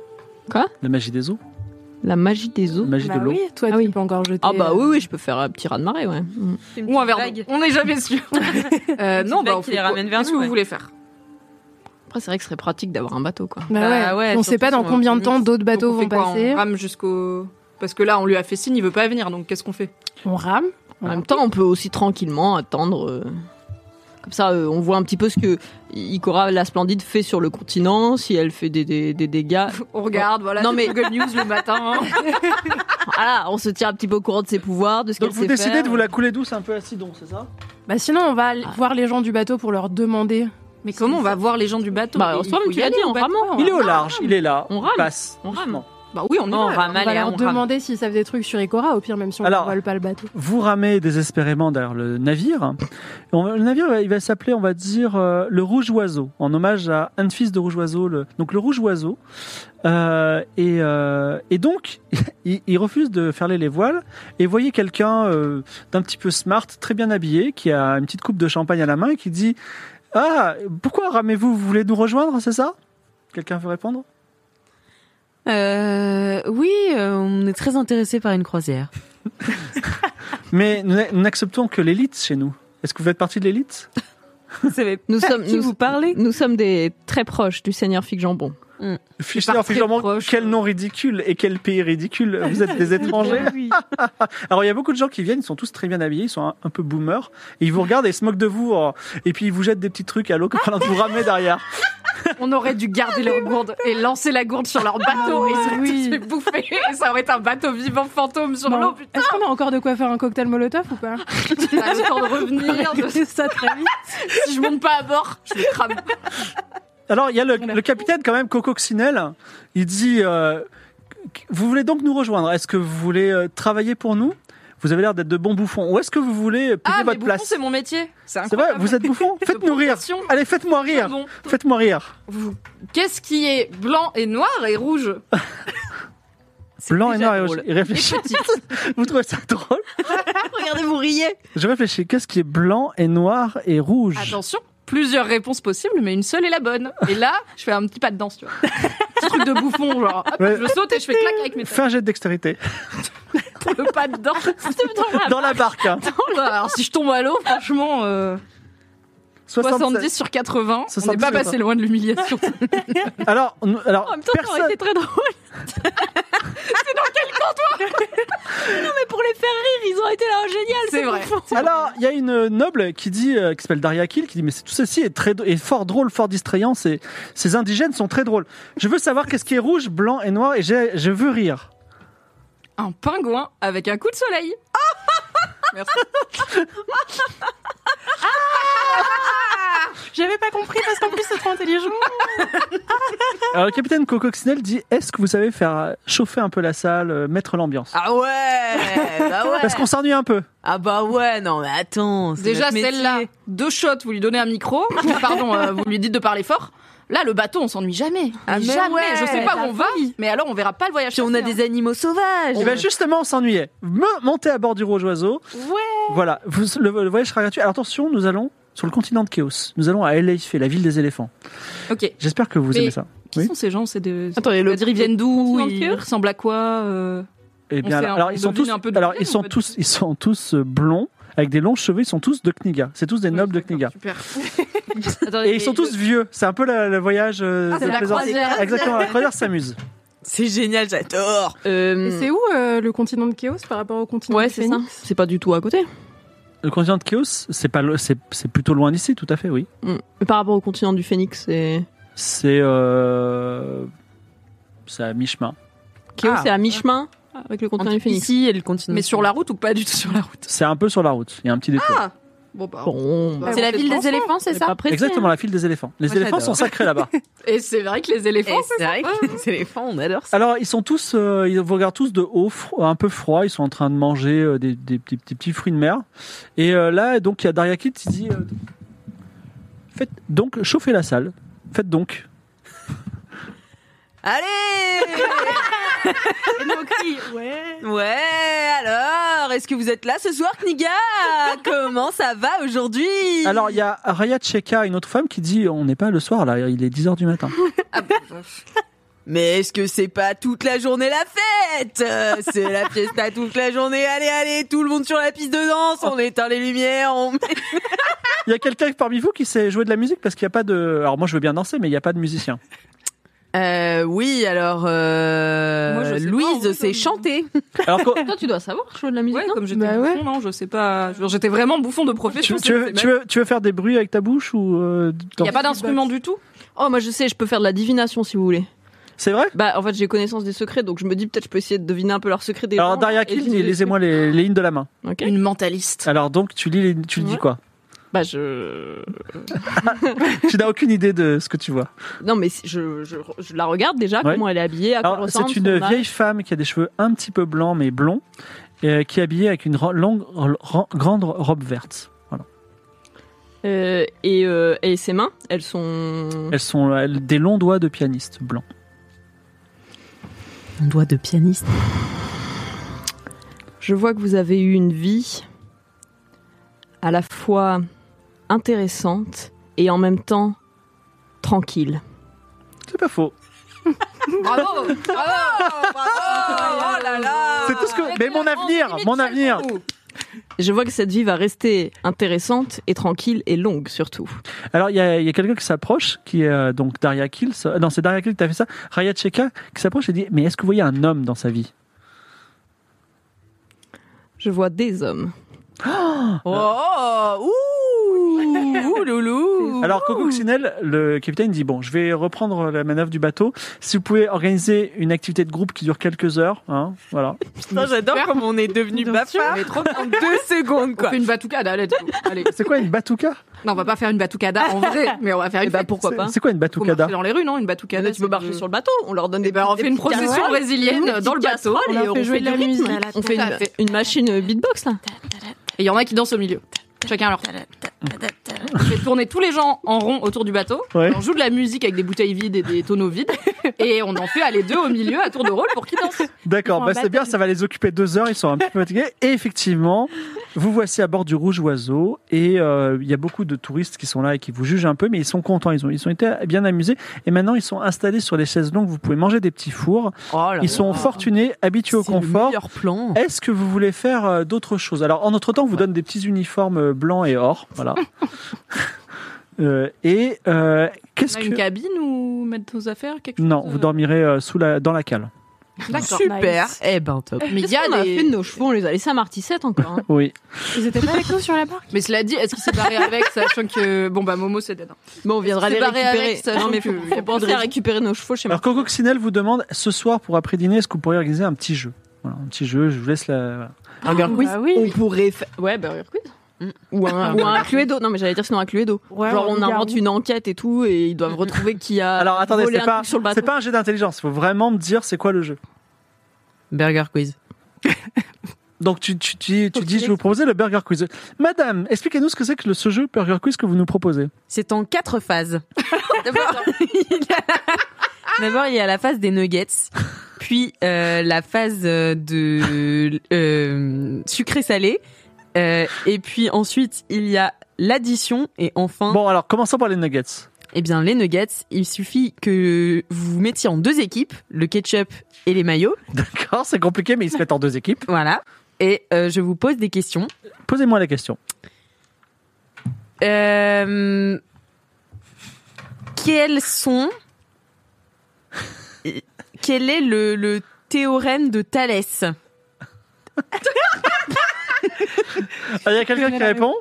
S5: Quoi
S4: La magie des eaux
S5: La magie des
S4: La
S5: eaux.
S4: magie
S6: Bah
S4: de l'eau
S6: oui, toi,
S5: Ah
S6: tu
S5: oui.
S6: peux euh, engorger
S5: Ah
S6: tes-
S5: bah oui, oui, je peux faire un petit raz de marée, ouais. Mm.
S2: Ou un verre d'eau. On n'est jamais sûr. Euh, non, bah
S3: petite vague
S2: on
S3: qui
S2: fait
S3: les
S2: quoi
S3: ramène vers
S2: Qu'est-ce
S3: nous,
S2: que
S3: ouais.
S2: vous voulez faire
S5: Après, c'est vrai que ce serait pratique d'avoir un bateau, quoi.
S6: Bah
S3: Bah ouais,
S6: ouais. On sait
S3: surtout
S6: pas dans
S3: si on
S6: combien de
S3: optimise.
S6: temps d'autres bateaux
S2: Donc, on fait
S6: vont
S2: quoi
S6: passer.
S2: On rame jusqu'au. Parce que là, on lui a fait signe, il veut pas venir, donc qu'est-ce qu'on fait
S6: On rame.
S5: En même temps, on peut aussi tranquillement attendre. euh, Comme ça, euh, on voit un petit peu ce que Ikora la Splendide fait sur le continent, si elle fait des, des- des dégâts.
S2: On regarde, voilà.
S5: Non,
S2: c'est
S5: mais-
S2: Google News le matin. hein.
S5: Voilà, on se tient un petit peu au courant de ses pouvoirs, de ce qu'elle euh,
S4: Donc
S5: sait
S4: vous décidez
S5: faire.
S4: de vous la couler douce un peu à Sidon, c'est ça
S6: Bah sinon, on va aller
S5: Ah.
S6: voir les gens du bateau pour leur demander.
S2: Mais comment on va voir les gens du bateau
S5: Bah,
S2: Il
S5: en soi,
S2: faut
S5: tu
S2: y
S5: l'as
S2: aller
S5: dit,
S2: au
S5: en
S2: bateau.
S5: ramant.
S4: Il est au hein. large, il est là.
S5: On rame.
S4: Passe.
S5: On rame.
S4: doucement.
S2: Bah oui, on y
S3: Non, on
S2: va.
S3: rame,
S6: on va
S3: allez,
S6: leur
S3: on rame.
S6: demander s'ils savent des trucs sur Ikora, au pire, même si on ne
S4: Alors-
S6: vole pas le bateau.
S4: Vous ramez désespérément derrière le navire. On- Le navire, il va s'appeler, on va dire, euh, le Rouge Oiseau, en hommage à un fils de Rouge Oiseau. le- donc le Rouge Oiseau. Euh, et, euh, et donc, il, il refuse de ferler les voiles. Et voyez quelqu'un euh, d'un petit peu smart, très bien habillé, qui a une petite coupe de champagne à la main et qui dit Ah, pourquoi ramez-vous Vous voulez nous rejoindre, c'est ça Quelqu'un veut répondre
S3: Euh, oui, euh, on est très intéressé par une croisière.
S4: Mais nous n'a- nous n'acceptons que l'élite chez nous. Est-ce que vous faites partie de l'élite
S3: Vous savez
S5: Nous sommes,
S3: qui
S5: nous,
S3: vous parlez
S5: nous sommes des très proches du Seigneur Fig Jambon.
S4: Fichter,
S2: part très
S4: finalement,
S2: proche.
S4: quel nom ridicule et quel pays ridicule. Vous êtes des étrangers. Alors, il y a beaucoup de gens qui viennent, ils sont tous très bien habillés, ils sont un, un peu boomers. Et ils vous regardent et ils se moquent de vous. oh. Et puis, ils vous jettent des petits trucs à l'eau comme en de vous ramer derrière.
S2: On aurait dû garder leur gourde et lancer la gourde sur leur bateau et ils auraient
S6: oui.
S2: tous fait bouffer. Et ça aurait été un bateau vivant fantôme sur
S6: Bon,
S2: l'eau, putain.
S6: Est-ce qu'on a encore de quoi faire un cocktail Molotov ou pas
S2: T'as le temps de revenir. de-
S6: C'est ça très vite.
S2: Si je monte pas à bord, Ah, je les crame.
S4: Alors, il y a le, le capitaine, quand même, Coco Coccinelle. Il dit euh, Vous voulez donc nous rejoindre Est-ce que vous voulez euh, travailler pour nous Vous avez l'air d'être de bons bouffons. Ou est-ce que vous voulez euh, payer
S2: Ah, mais
S4: votre
S2: bouffon,
S4: place
S2: c'est mon métier. C'est
S4: C'est vrai,
S2: incroyable.
S4: vous êtes bouffons Faites-nous rire.
S2: Profession.
S4: Allez, faites-moi rire.
S2: Pardon.
S4: Faites-moi rire.
S2: Vous- Qu'est-ce qui est blanc et noir et rouge
S4: Blanc et noir et rouge.
S5: drôle.
S4: Et réfléchis. Vous trouvez ça drôle
S5: Regardez, vous riez
S4: Je réfléchis, qu'est-ce qui est blanc et noir et rouge
S5: Ah
S2: Attention, plusieurs réponses possibles, mais une seule est la bonne. Et là, je fais un petit pas de danse, tu vois. Petit truc de bouffon, genre. hop,
S4: Ouais.
S2: Je saute et je fais clac avec mes
S4: Fais un jet de dextérité.
S5: Ah
S2: pour le pas de danse.
S5: bah.
S4: Dans la barque. hein.
S2: Alors, si je tombe à l'eau, franchement, euh, 70 sur 80, on
S4: 70,
S2: n'est pas
S4: ouais.
S2: passé loin de l'humiliation.
S4: Alors, nous- alors
S5: En même temps, ça
S4: personne.
S5: aurait été très drôle. c'est dans quel canton Non, mais pour les faire rire, ils ont été là, oh, génial
S2: C'est vrai.
S5: bon.
S4: Alors, il y a une noble qui dit, euh, qui s'appelle Daria Kill, qui dit, mais c'est- tout ceci est très, est fort drôle, fort distrayant. Ces, ces indigènes sont très drôles. Je veux savoir qu'est-ce qui est rouge, blanc et noir, et j'ai- je veux rire.
S2: Un pingouin avec un coup de soleil.
S6: J'avais pas compris parce qu'en plus c'est trop intelligent.
S4: Alors, le capitaine Cococcinelle dit, est-ce que vous savez faire euh, chauffer un peu la salle, euh, mettre l'ambiance
S3: Ah ouais, bah ouais.
S4: Parce qu'on s'ennuie un peu.
S3: Ah bah ouais, non mais attends. c'est
S2: Déjà,
S3: notre métier.
S2: celle-là, deux shots, vous lui donnez un micro. Pardon, euh, vous lui dites de parler fort. Là, le bateau, on s'ennuie jamais.
S3: Ah,
S2: Mais
S3: mais
S2: jamais.
S3: ouais,
S2: je sais pas où
S3: la
S2: on va, mais alors on verra pas le voyage.
S3: Puis on a
S2: passer, hein.
S3: des animaux sauvages.
S4: Et bien justement, on s'ennuyait. Me- Montez à bord du Rouge Oiseau. Voilà, vous- le, le voyage sera gratuit. Alors attention, nous allons sur le continent de Chaos. Nous allons à Eleif, la ville des éléphants.
S2: Ok.
S4: J'espère que vous
S2: Mais-
S4: aimez ça.
S2: Qui
S4: Oui.
S2: sont ces gens C'est des.
S5: Attendez,
S2: Le dire, ils viennent d'où
S5: continent de
S2: Ils
S5: cœur
S2: ressemblent à quoi euh,
S4: Eh bien,
S2: sait un-
S4: alors,
S2: on
S4: ils sont
S2: devine
S4: tous,
S2: un peu d'où
S4: alors
S2: ils viennent
S4: ils
S2: ou
S4: sont
S2: pas du
S4: tous, ils sont tous euh, blonds avec des longs cheveux. Ils sont tous de Kniga. C'est tous des nobles de Kniga.
S2: Super.
S4: Et ils sont tous vieux. C'est un peu la- le voyage euh,
S2: Ah, c'est
S4: de
S2: la
S4: plaisance.
S2: croisière.
S4: Exactement, la croisière s'amuse.
S3: C'est génial, j'adore.
S6: Et c'est où euh, le continent de Chaos par rapport au continent
S5: hmm. Ouais,
S6: de
S5: c'est ça.
S6: Phoenix
S5: C'est pas du tout à côté.
S4: Le continent de Chaos, c'est pas, lo- c'est c'est plutôt loin d'ici, tout à fait, oui.
S5: Mm. Mais par rapport au continent du Phénix, c'est.
S4: C'est, euh, c'est à mi-chemin.
S5: Kéo,
S3: Ah.
S5: c'est à mi-chemin avec le continent du Phénix.
S3: Ici, elle continue.
S2: Mais sur la route ou pas du tout sur la route
S4: C'est un peu sur la route. Il y a un petit détour.
S2: Ah Bon bah.
S5: Bon,
S2: bah,
S5: bah,
S6: C'est la
S2: on fait
S6: ville des
S2: ensemble.
S6: éléphants,
S5: c'est ça.
S4: Exactement, la file des éléphants. Les
S3: Moi,
S4: éléphants
S3: j'adore.
S4: sont sacrés là-bas.
S2: Et c'est vrai que les
S3: Et
S2: éléphants.
S3: c'est vrai que les éléphants, on adore ça.
S4: Alors, ils sont tous, euh, ils vous regardent tous de haut, fro- un peu froid. Ils sont en train de manger euh, des, des petits, petits- petits fruits de mer. Et euh, là, donc, il y a Daria Kit qui dit euh, Faites donc, chauffez la salle. Faites donc.
S3: Allez
S6: Ouais.
S3: Ouais, alors, est-ce que vous êtes là ce soir, Kniga Comment ça va aujourd'hui
S4: Alors, il y a Raya Cheka, une autre femme, qui dit On n'est pas le soir, là, il est 10h du matin.
S3: Mais est-ce que c'est pas toute la journée la fête Euh, C'est la fiesta toute la journée. Allez, allez, tout le monde sur la piste de danse. On éteint les lumières. On...
S4: Il y a quelqu'un parmi vous qui sait jouer de la musique parce qu'il n'y a pas de. Alors, moi, je veux bien danser, mais il n'y a pas de musicien.
S3: Euh, oui, alors euh,
S2: Moi, je sais pas, en
S3: Louise
S2: vrai,
S3: sait
S2: je-
S3: chanter.
S4: Alors, co-
S5: Toi, tu dois savoir jouer de la musique.
S2: Ouais,
S5: non
S2: comme j'étais
S6: Bah
S2: bouffon,
S6: ouais.
S2: non, je sais pas. Genre, J'étais vraiment bouffon de
S4: tu,
S2: profession.
S4: tu veux, tu, veux, tu veux faire des bruits avec ta bouche ou. euh,
S2: Il n'y a
S4: danser
S2: pas d'instrument du tout
S5: oh, moi je sais, je peux faire de la divination si vous voulez.
S4: C'est vrai
S5: Bah, en fait, j'ai connaissance des secrets, donc je me dis peut-être je peux essayer de deviner un peu leurs secrets. Des
S4: Alors,
S5: gens.
S4: Daria
S5: Et
S4: Kit,
S5: tu me dis-
S4: lisez-moi les, les lignes de la main.
S5: Ok.
S2: Une mentaliste.
S4: Alors, donc, tu lis, les- tu dis
S5: Ouais.
S4: quoi
S5: Bah, je.
S4: Tu n'as aucune idée de ce que tu vois.
S5: Non, mais si- je, je, je la regarde déjà,
S4: Ouais.
S5: comment elle est habillée, à quoi
S4: Alors,
S5: ressemble.
S4: c'est une
S5: son âge.
S4: vieille femme qui a des cheveux un petit peu blancs mais blonds, et, euh, qui est habillée avec une ro- longue, ro- grande robe verte. Voilà.
S5: Euh, et, euh, et ses mains, elles sont.
S4: Elles sont euh, des longs doigts de pianiste blanc.
S3: Un doigt de pianiste.
S5: Je vois que vous avez eu une vie à la fois intéressante et en même temps tranquille.
S4: C'est pas faux.
S2: Bravo Bravo Bravo Oh là
S5: Ah,
S2: là
S4: C'est tout ce que. Mais mon avenir, mon avenir.
S5: Je vois que cette vie va rester intéressante et tranquille et longue surtout.
S4: Alors il y a, il y a quelqu'un qui s'approche, qui est euh, donc Daria Kills. Euh, Non, c'est Daria Kills qui a fait ça. Raya Cheka qui s'approche et dit Mais est-ce que vous voyez un homme dans sa vie
S5: Je vois des hommes.
S3: Oh, ouh, ouh, loulou.
S4: Alors Coco Coccinelle, le capitaine dit bon, je vais reprendre la manœuvre du bateau. Si vous pouvez organiser une activité de groupe qui dure quelques heures, hein, voilà.
S3: Putain, j'adore
S2: super.
S3: comment on est devenu bafard
S2: Mais trop bien.
S3: en deux secondes,
S2: On
S3: quoi.
S2: fait une batucada, let's go. Allez.
S4: C'est quoi une batucada
S2: Non, on va pas faire une batucada en vrai, mais on va faire une.
S5: Et bah
S2: fête.
S5: pourquoi pas
S4: C'est quoi une
S2: Faut
S4: batucada
S2: marcher dans les rues, non Une
S5: Là,
S2: batucada.
S5: tu peux marcher sur le bateau, on leur donne
S2: Eh
S5: des
S2: ben, on
S5: des
S2: fait une
S5: petites
S2: procession
S5: casseroles,
S2: brésilienne
S5: des petites
S2: dans le bateau.
S5: casseroles
S6: On
S5: et
S6: leur fait jouer de
S5: du
S6: la
S5: rythme.
S6: musique.
S5: On fait une, une machine euh, beatbox là.
S2: Et il y en a qui dansent au milieu. Chacun à leur. Je vais tourner tous les gens en rond autour du bateau.
S4: Ouais.
S2: On joue de la musique avec des bouteilles vides et des tonneaux vides. Et on en fait aller deux au milieu à tour de rôle pour qu'ils dansent.
S4: D'accord,
S6: Ils font
S4: bah
S6: un
S4: c'est bien,
S6: battle.
S4: ça va les occuper deux heures, ils sont un petit peu fatigués. Et effectivement, vous voici à bord du Rouge Oiseau et euh, il y a beaucoup de touristes qui sont là et qui vous jugent un peu, mais ils sont contents, ils ont, ils ont été bien amusés. Et maintenant, ils sont installés sur des chaises longues, vous pouvez manger des petits fours. Ils sont fortunés, habitués au
S3: Le
S4: confort.
S3: meilleur plan.
S4: Est-ce que vous voulez faire euh, d'autres choses Alors, en entre-temps, on vous donne des petits uniformes euh, blancs et or, voilà. Euh, et euh, qu'est-ce
S2: On a une
S4: que...
S2: cabine ou mettre nos affaires quelque chose
S4: Non, vous dormirez euh, sous la, dans la cale.
S2: D'accord.
S3: Super.
S6: Nice.
S3: Eh ben, top.
S2: Mais il y a
S5: on a
S2: des-
S5: fait de nos chevaux, on les a laissés à Martissette encore. hein.
S4: Oui.
S6: Ils étaient pas avec nous sur la barque
S2: Mais cela dit, est-ce qu'il s'est barré avec, sachant que bon bah Momo c'était dedans.
S5: Bon, on viendra
S2: Est-ce
S5: les
S2: que c'est barré
S5: récupérer.
S2: avec, sachant
S5: non, mais faut,
S2: que-
S5: faut penser à récupérer nos chevaux chez
S4: Alors
S5: Martissette.
S4: Coco Coccinelle vous demande ce soir pour après dîner est-ce que vous pourriez organiser un petit jeu Voilà, un petit jeu, je vous laisse la
S5: Euh,
S4: voilà.
S3: Burger
S6: bah
S3: quiz.
S6: oui.
S3: On pourrait faire.
S5: Ouais, Burger Quiz.
S3: Mm.
S5: Ou un, ou un Cluedo. Non, mais j'allais dire sinon un Cluedo.
S6: Ouais,
S5: Genre, Ah, on
S6: regarde.
S5: invente une enquête et tout, et ils doivent retrouver qui a.
S4: Alors attendez,
S5: volé
S4: c'est
S5: un
S4: pas
S5: truc sur le
S4: c'est
S5: bateau.
S4: pas un jeu d'intelligence, faut vraiment me dire c'est quoi le jeu.
S3: Burger quiz.
S4: Donc tu tu, tu, tu
S6: Faut
S4: dis
S6: qu'il
S4: je vais vous proposer le burger quiz. Madame, expliquez-nous ce que c'est que le- ce jeu burger quiz que vous nous proposez.
S3: C'est en quatre phases. D'abord, il y a- D'abord, il y a la phase des nuggets, puis euh, la phase euh, de euh, sucré-salé, euh, et puis ensuite il y a l'addition, et enfin
S5: Hein
S4: Bon alors commençons par les nuggets.
S3: Eh bien, les nuggets, il suffit que vous vous mettiez en deux équipes, le ketchup et les maillots.
S4: D'accord, c'est compliqué, mais ils se mettent en deux équipes.
S3: Voilà. Et euh, je vous pose des questions.
S4: Posez-moi la question.
S3: Euh, quels sont. Quel est le, le théorème de Thalès
S4: Ah, Il y a quelqu'un qui répond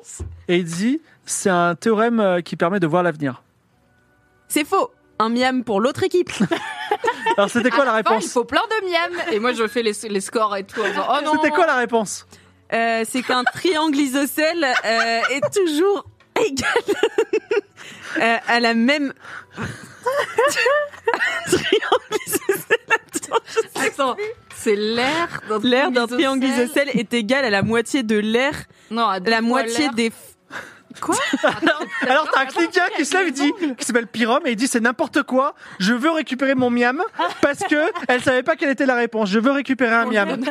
S4: et il dit c'est un théorème euh, qui permet de voir l'avenir.
S3: C'est faux Un miam pour l'autre équipe
S4: Alors, c'était
S2: Ah,
S4: quoi la
S2: Enfin, il
S4: réponse
S2: faut plein de miam. Et moi, je fais les, les scores et tout. en disant, oh non.
S4: C'était quoi la réponse
S3: Euh, C'est qu'un triangle isocèle euh, est toujours égal euh, à la même. triangle isocèle.
S2: Attends, c'est l'air d'un
S3: L'air d'un triangle
S2: isocèle.
S3: isocèle est égal à la moitié de l'air,
S2: Non, à deux
S3: la
S2: fois
S3: moitié
S2: l'air.
S3: des. Quoi
S4: Alors, t'as un cliqueur qui se lève, il dit, qui s'appelle Pyrom, et il dit c'est n'importe quoi, je veux récupérer mon miam, parce que elle savait pas quelle était la réponse, je veux récupérer un miam.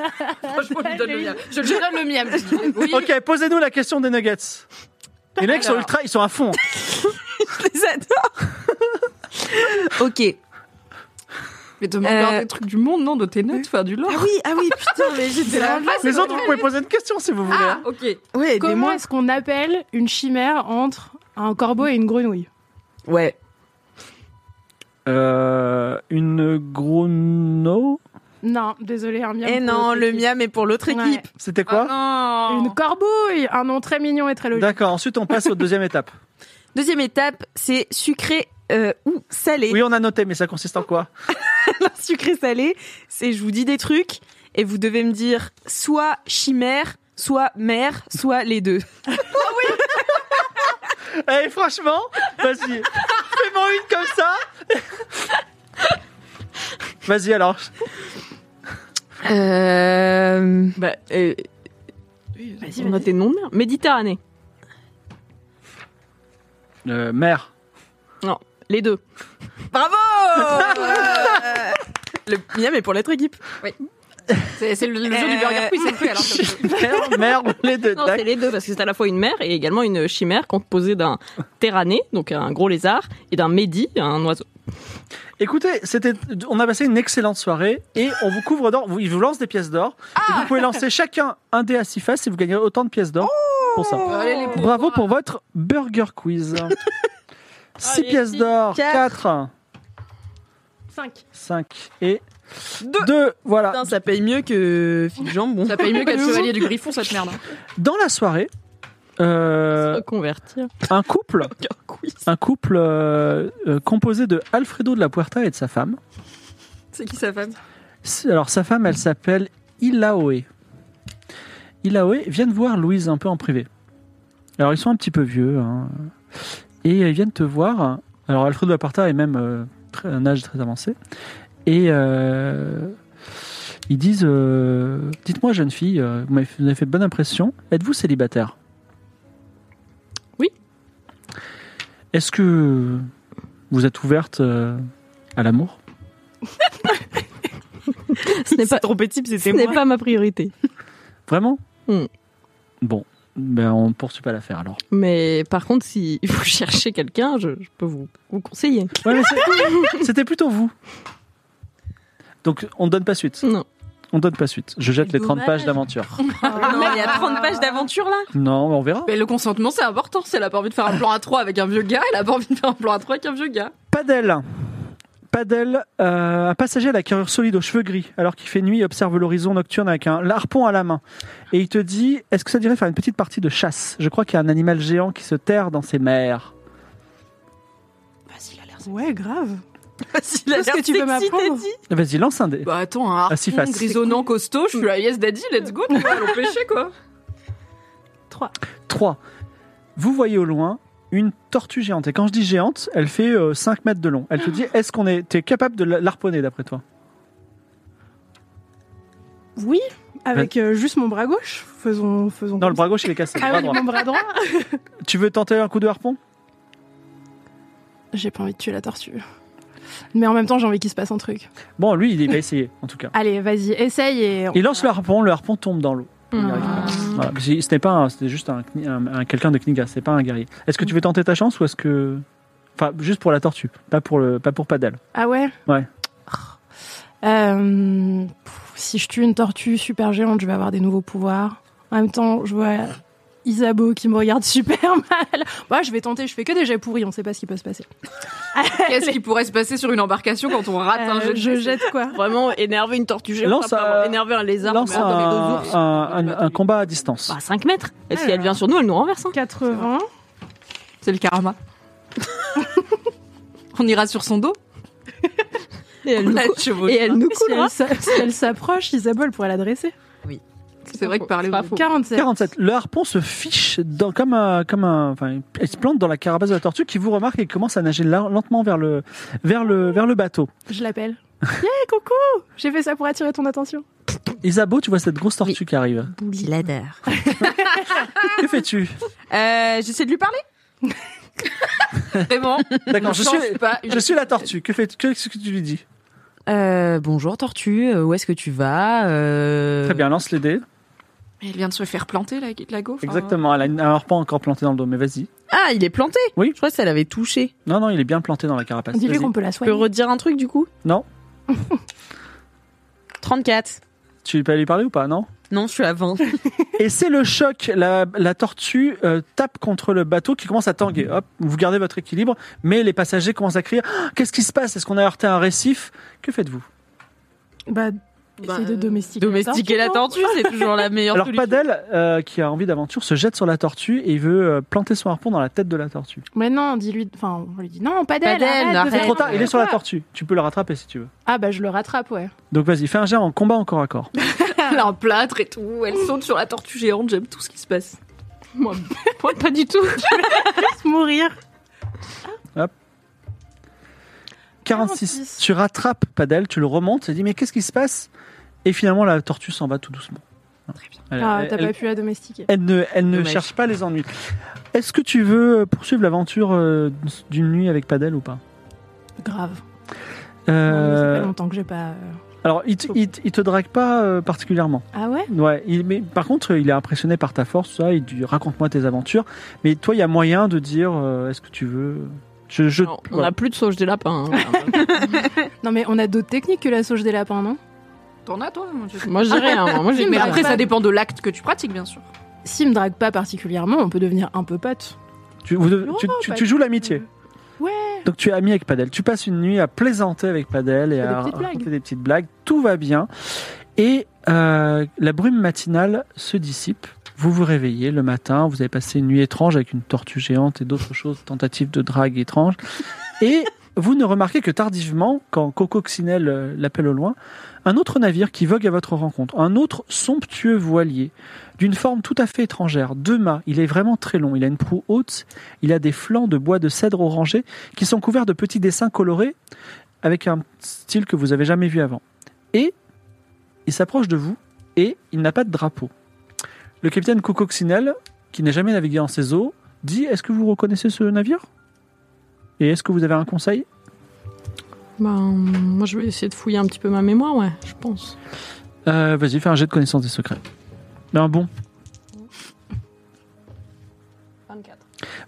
S2: Franchement, je lui donne le miam. Je lui donne le miam. Je dis, oui.
S4: Ok, posez-nous la question des nuggets. Les mecs sont
S2: Alors.
S4: ultra, ils sont à fond.
S3: les adore. ok.
S2: Mais demande leur
S3: Euh,
S2: des trucs du monde, non, de tes notes, faire du lore.
S3: Ah oui, ah oui, putain, mais j'étais là.
S4: Les autres, vous pouvez poser une question si vous voulez.
S2: Ah,
S4: hein.
S2: ok.
S3: Ouais,
S6: Comment
S3: aidez-moi.
S6: est-ce qu'on appelle une chimère entre un corbeau et une grenouille
S3: Ouais.
S4: Euh, une grono
S6: Non, désolé, un miam.
S3: Et
S6: pour
S3: Eh non,
S6: l'autre
S3: le
S6: équipe.
S3: miam est pour l'autre
S6: Ouais.
S3: équipe. Oh.
S4: C'était quoi
S2: Ah, non.
S6: Une corbouille, un nom très mignon et très logique.
S4: D'accord, ensuite on passe aux deuxième étape.
S3: Deuxième étape, c'est sucré euh, ou salé.
S4: Oui, on a noté, mais ça consiste en quoi
S3: sucré salé, c'est je vous dis des trucs et vous devez me dire soit chimère, soit mère, soit les deux.
S4: Eh, franchement, vas-y, fais-moi une comme ça. Vas-y alors.
S3: Euh...
S5: Bah, euh,
S6: Vas-y,
S5: on a
S6: vas-y.
S5: tes noms de merde. Méditerranée.
S4: Euh, mère.
S5: Les deux.
S3: Bravo Euh, Le miam est pour l'autre équipe.
S2: C'est c'est le, le jeu du burger quiz, c'est fait alors. comme ça.
S4: Mère, mère, les deux.
S5: Non,
S4: D'accord.
S5: c'est les deux parce que c'est à la fois une mère et également une chimère composée d'un terrané, donc un gros lézard, et d'un médi, un oiseau.
S4: Écoutez, c'était, on a passé une excellente soirée et on vous couvre d'or. Ils vous lancent des pièces d'or. et vous pouvez lancer chacun un dé à six faces et vous gagnerez autant de pièces d'or pour ça.
S2: Allez, les pauvres.
S4: Bravo pour votre burger quiz. 6 pièces d'or,
S3: quatre.
S4: 4,
S6: 5.
S4: 5 et
S3: Deux.
S4: 2. Voilà.
S3: Putain, Ah, ça paye mieux que Fil Jambon.
S2: Ça paye mieux qu'un chevalier du griffon, cette merde.
S4: Dans la soirée, euh,
S5: Reconvertir.
S4: un couple,
S5: Quiz.
S4: un couple euh, euh, composé de Alfredo de la Puerta et de sa femme.
S2: C'est qui sa femme
S4: C'est- Alors sa femme, elle s'appelle Ilaoe. Ilaoe vient de voir Louise un peu en privé. Alors ils sont un petit peu vieux. hein. Et euh, ils viennent te voir. Alors Alfredo Aparta est même euh, très- un âge très avancé. Et euh, ils disent, euh, dites-moi jeune fille, euh, vous m'avez fait- vous avez fait bonne impression, êtes-vous célibataire
S5: Oui.
S4: Est-ce que vous êtes ouverte euh, à l'amour
S5: Ce n'est pas,
S3: trop petit,
S5: ce
S3: c'était
S5: n'est
S3: moi.
S5: pas ma priorité.
S4: Vraiment
S5: Hmm.
S4: Bon, ben on poursuit pas l'affaire alors.
S5: Mais par contre, si vous cherchez quelqu'un, je, je peux vous, vous conseiller.
S4: Ouais, mais c'est- c'était plutôt vous. Donc on donne pas suite.
S5: Non.
S4: On donne pas suite. Je jette les 30 pages d'aventure.
S3: Oh, Non, il y a 30 pages d'aventure là.
S4: Non, mais on verra.
S2: Mais le consentement, c'est important. Si elle a pas envie de faire un plan à 3 avec un vieux gars, elle a pas envie de faire un plan à 3 avec un vieux gars.
S4: Padel. Padel, euh, un passager à la carrure solide aux cheveux gris, alors qu'il fait nuit, observe l'horizon nocturne avec un harpon à la main. Et il te dit Est-ce que ça dirait faire une petite partie de chasse Je crois qu'il y a un animal géant qui se terre dans ces mers.
S6: Ouais, grave.
S3: Il a
S6: Tout ce
S3: l'air
S6: que tu peux
S3: sexy,
S6: m'apprendre.
S3: t'as dit.
S4: Vas-y, lance un dé.
S2: Bah attends, un
S4: Ah, si,
S2: harpon
S4: face.
S2: grisonnant costaud, je suis la yes daddy, let's go, tu vois, l'empêcher quoi.
S4: 3. Vous voyez au loin une tortue géante. Et quand je dis géante, elle fait euh, 5 mètres de long. Elle te dit est-ce qu'on est. T'es capable de la- l'arponner d'après toi
S6: Oui, avec euh, juste mon bras gauche. Faisons. faisons
S4: Non, le bras gauche, il est cassé. le
S6: Ah
S4: bras
S6: oui,
S4: droit.
S6: mon bras droit.
S4: Tu veux tenter un coup de harpon
S6: J'ai pas envie de tuer la tortue. Mais en même temps, j'ai envie qu'il se passe un truc.
S4: Bon, lui, il va essayer, en tout cas.
S6: Allez, vas-y, essaye et.
S4: Il lance le harpon, le harpon tombe dans l'eau. Il n'y arrive pas. Voilà. Parce que Ce n'est pas un- c'était juste un, kni- un- un- quelqu'un de Kniga, c'est pas un guerrier. Est-ce que tu veux tenter ta chance ou est-ce que. Enfin, juste pour la tortue, pas pour, le, pas pour Padel.
S6: Ah ouais Oh.
S4: Ouais.
S6: Euh, pff, si je tue une tortue super géante, je vais avoir des nouveaux pouvoirs. En même temps, je vois Isabeau qui me regarde super mal. Moi, je vais tenter, je fais que des jets pourris, on sait pas ce qui peut se passer.
S2: Qu'est-ce qui pourrait se passer sur une embarcation quand on rate un
S6: Euh,
S2: jeu de
S6: je
S2: dés
S6: jette quoi
S5: Vraiment énerver une tortue géante.
S4: Lance
S5: après avoir
S4: un-
S5: énervé un lézard.
S4: Lance
S5: mais attends, mais
S4: un,
S5: deux ours.
S4: un- un- un combat à distance.
S5: Bah, 5 mètres. Et si
S3: Ah.
S6: Alors.
S5: elle vient sur nous, elle nous renverse. hein.
S6: 80.
S2: C'est le karma. on ira sur son dos.
S5: Et elle
S2: On
S5: nous,
S2: la
S5: cou-
S2: chevauche.
S5: et elle nous
S6: Si
S5: coulera.
S6: elle s'a- si elle s'approche, Isabeau, elle pourrait l'adresser.
S2: C'est vrai que parler
S5: pas
S2: aux
S5: faux.
S6: 47.
S4: 47. Le harpon se fiche dans, comme un, comme un, enfin, il se plante dans la carapace de la tortue qui vous remarque et commence à nager la- lentement vers le, vers le, vers le bateau.
S6: Je l'appelle. Yeah, coucou J'ai fait ça pour attirer ton attention.
S4: Isabeau, tu vois cette grosse tortue qui arrive.
S3: Petit ladder.
S4: Que fais-tu
S3: Euh, J'essaie de lui parler.
S2: Vraiment,
S4: D'accord,
S2: ne
S4: je suis,
S2: change pas une
S4: je suis la tortue. Que fais Qu'est-ce que tu lui dis
S3: Euh, bonjour tortue, euh, où est-ce que tu vas Euh,
S4: Très bien, lance les dés.
S2: Mais elle vient de se faire planter, la, la gaufre. hein.
S4: Exactement, elle a une- un harpon encore planté dans le dos, mais vas-y.
S3: Ah, il est planté
S4: Oui.
S3: Je crois que ça l'avait touché.
S4: Non, non, il est bien planté dans la carapace.
S6: Dis-lui
S4: Vas-y.
S6: qu'on peut la
S3: Tu peux
S6: soigner.
S3: redire un truc du coup
S4: Non.
S3: 34.
S4: Tu peux lui parler ou pas Non
S3: Non, je suis à 20.
S4: Et c'est le choc. La, la tortue euh, tape contre le bateau qui commence à tanguer. Hop, vous gardez votre équilibre, mais les passagers commencent à crier Ah, Qu'est-ce qui se passe Est-ce qu'on a heurté un récif Que faites-vous
S6: Bah,
S2: Bah,
S6: essaye de
S2: euh,
S6: domestiquer,
S3: Domestiquer la tortue, c'est toujours la meilleure
S4: Alors
S3: solution.
S4: Padel, euh, qui a envie d'aventure, se jette sur la tortue et il veut euh, planter son harpon dans la tête de la tortue.
S6: Mais non, dis-lui. Enfin, on lui dit non, pas d'elle.
S3: Pas d'elle,
S6: arrête de
S3: arrête.
S6: faire
S4: Trop tard, il est sur la
S6: n'importe
S4: tortue. Tu peux le rattraper si tu veux.
S6: quoi. Ah bah, je le rattrape, ouais.
S4: Donc vas-y, fais un jet en combat encore à corps.
S2: Elle a un plâtre et tout.
S4: Oh.
S2: Elle saute sur la tortue géante. J'aime tout ce qui se passe. Moi, moi, pas du tout.
S6: mourir.
S4: 46.
S6: 46.
S4: Tu rattrapes Padel, tu le remontes, tu dis mais qu'est-ce qui se passe Et finalement la tortue s'en va tout doucement. Elle-
S6: Ah,
S4: elle-
S6: t'as
S4: elle-
S6: pas pu la domestiquer.
S4: Elle ne, elle ne
S3: Dommage.
S4: cherche pas les ennuis. Est-ce que tu veux poursuivre l'aventure euh, d'une nuit avec Padel ou pas
S6: Grave. Non, mais ça
S4: Euh,
S6: fait longtemps que j'ai pas. euh,
S4: Alors, il, te- il te- il te drague pas euh, particulièrement.
S6: Ah ouais
S4: Ouais, il- mais par contre, il est impressionné par ta force, ça. Il dit raconte-moi tes aventures. Mais toi, il y a moyen de dire euh, est-ce que tu veux Je, je-
S5: Alors, On
S4: ouais.
S5: a plus de sauge des lapins. hein.
S6: Non mais on a d'autres techniques que la sauge des lapins, non
S2: T'en as, toi mon Dieu.
S5: Moi, je dirais. hein, Moi, j'ai
S2: Mais
S6: bah,
S2: après,
S6: bah.
S2: ça dépend de l'acte que tu pratiques, bien sûr.
S6: S'il me drague pas particulièrement, on peut devenir un peu pote.
S4: tu, vous devez-
S6: Non,
S4: tu- tu-
S6: pas
S4: tu joues l'amitié.
S6: Ouais.
S4: Donc tu es ami avec Padel. Tu passes une nuit à plaisanter avec Padel et
S6: fais des
S4: à
S6: petites blagues.
S4: raconter des petites blagues. Tout va bien. Et euh, la brume matinale se dissipe. Vous vous réveillez le matin. Vous avez passé une nuit étrange avec une tortue géante et d'autres choses, tentatives de drague étranges. Et vous ne remarquez que tardivement, quand Coco Coccinelle euh, l'appelle au loin, un autre navire qui vogue à votre rencontre. Un autre somptueux voilier d'une forme tout à fait étrangère. Deux mâts. Il est vraiment très long. Il a une proue haute. Il a des flancs de bois de cèdre orangé qui sont couverts de petits dessins colorés avec un style que vous avez jamais vu avant. Et il s'approche de vous et il n'a pas de drapeau. Le capitaine Cococcinelle, qui n'a jamais navigué en ces eaux, dit Est-ce que vous reconnaissez ce navire Et est-ce que vous avez un conseil
S5: Ben, moi, je vais essayer de fouiller un petit peu ma mémoire, ouais, je pense.
S4: Euh, Vas-y, fais un jet de connaissance des secrets. Ben bon,
S5: 24.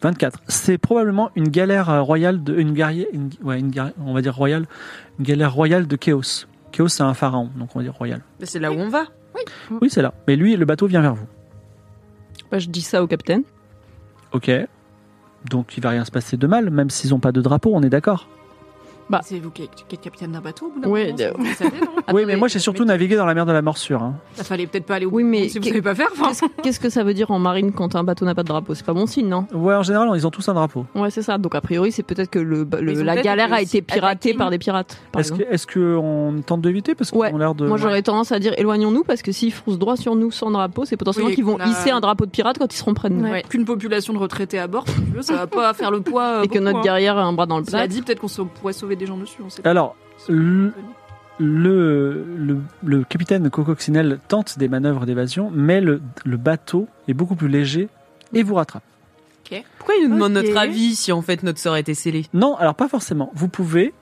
S4: 24. C'est probablement une galère euh, royale, de, une guerrier, une, ouais, une guerrier- on va dire royale, une galère royale de Chaos. Chaos, c'est un pharaon, donc on va dire royal.
S3: Mais C'est là où on va.
S5: Mm.
S4: Oui, c'est là. Mais lui, le bateau vient vers vous.
S5: Bah, je dis ça au capitaine.
S4: Ok. Donc il va rien se passer de mal, même s'ils n'ont pas de drapeau, on est d'accord.
S2: C'est vous qui êtes, qui êtes capitaine d'un bateau au bout d'un
S5: Ouais,
S2: moment,
S5: de-
S2: ça, vous le savez, non
S4: oui, mais moi j'ai surtout navigué dans la mer de la morsure. hein.
S2: Ça fallait peut-être pas aller au bout.
S5: Oui, mais
S2: si vous
S5: qu'est-
S2: savez pas faire, enfin.
S5: Qu'est-ce que ça veut dire en marine quand un bateau n'a pas de drapeau C'est pas bon signe, non
S4: Ouais, en général, ils ont tous un drapeau.
S5: Ouais, c'est ça. Donc, a priori, c'est peut-être que le, le-
S2: Mais ils ont
S5: la
S2: peut-être
S5: galère a
S2: été
S5: été
S2: aussi
S5: piratée
S2: attaqués.
S5: par des pirates. par
S4: Est-ce que,
S5: exemple.
S4: est-ce que on tente d'éviter parce qu'ils
S5: Ouais.
S4: ont l'air de.
S5: Moi, j'aurais tendance à dire éloignons-nous parce que s'ils foncent droit sur nous sans drapeau, c'est potentiellement
S2: Oui,
S5: qu'ils vont
S2: qu'on a-
S5: hisser un drapeau de pirate quand ils seront près de nous.
S6: Ouais.
S2: Qu'une population de retraités à bord, si tu veux, ça va pas faire le poids. euh,
S5: Et que
S2: beaucoup,
S5: notre
S2: hein.
S5: guerrière a un bras dans le
S2: Cela
S5: plat.
S2: dit, peut-être qu'on se- pourrait sauver des gens dessus, on sait
S5: Ah,
S2: pas.
S4: Alors, le, le, le, le capitaine Cococcinelle tente des manœuvres d'évasion, mais le, le bateau est beaucoup plus léger et vous rattrape.
S3: Pourquoi il nous demande
S6: Ok.
S3: notre avis si en fait notre sort était scellé
S4: Non, alors pas forcément. Vous pouvez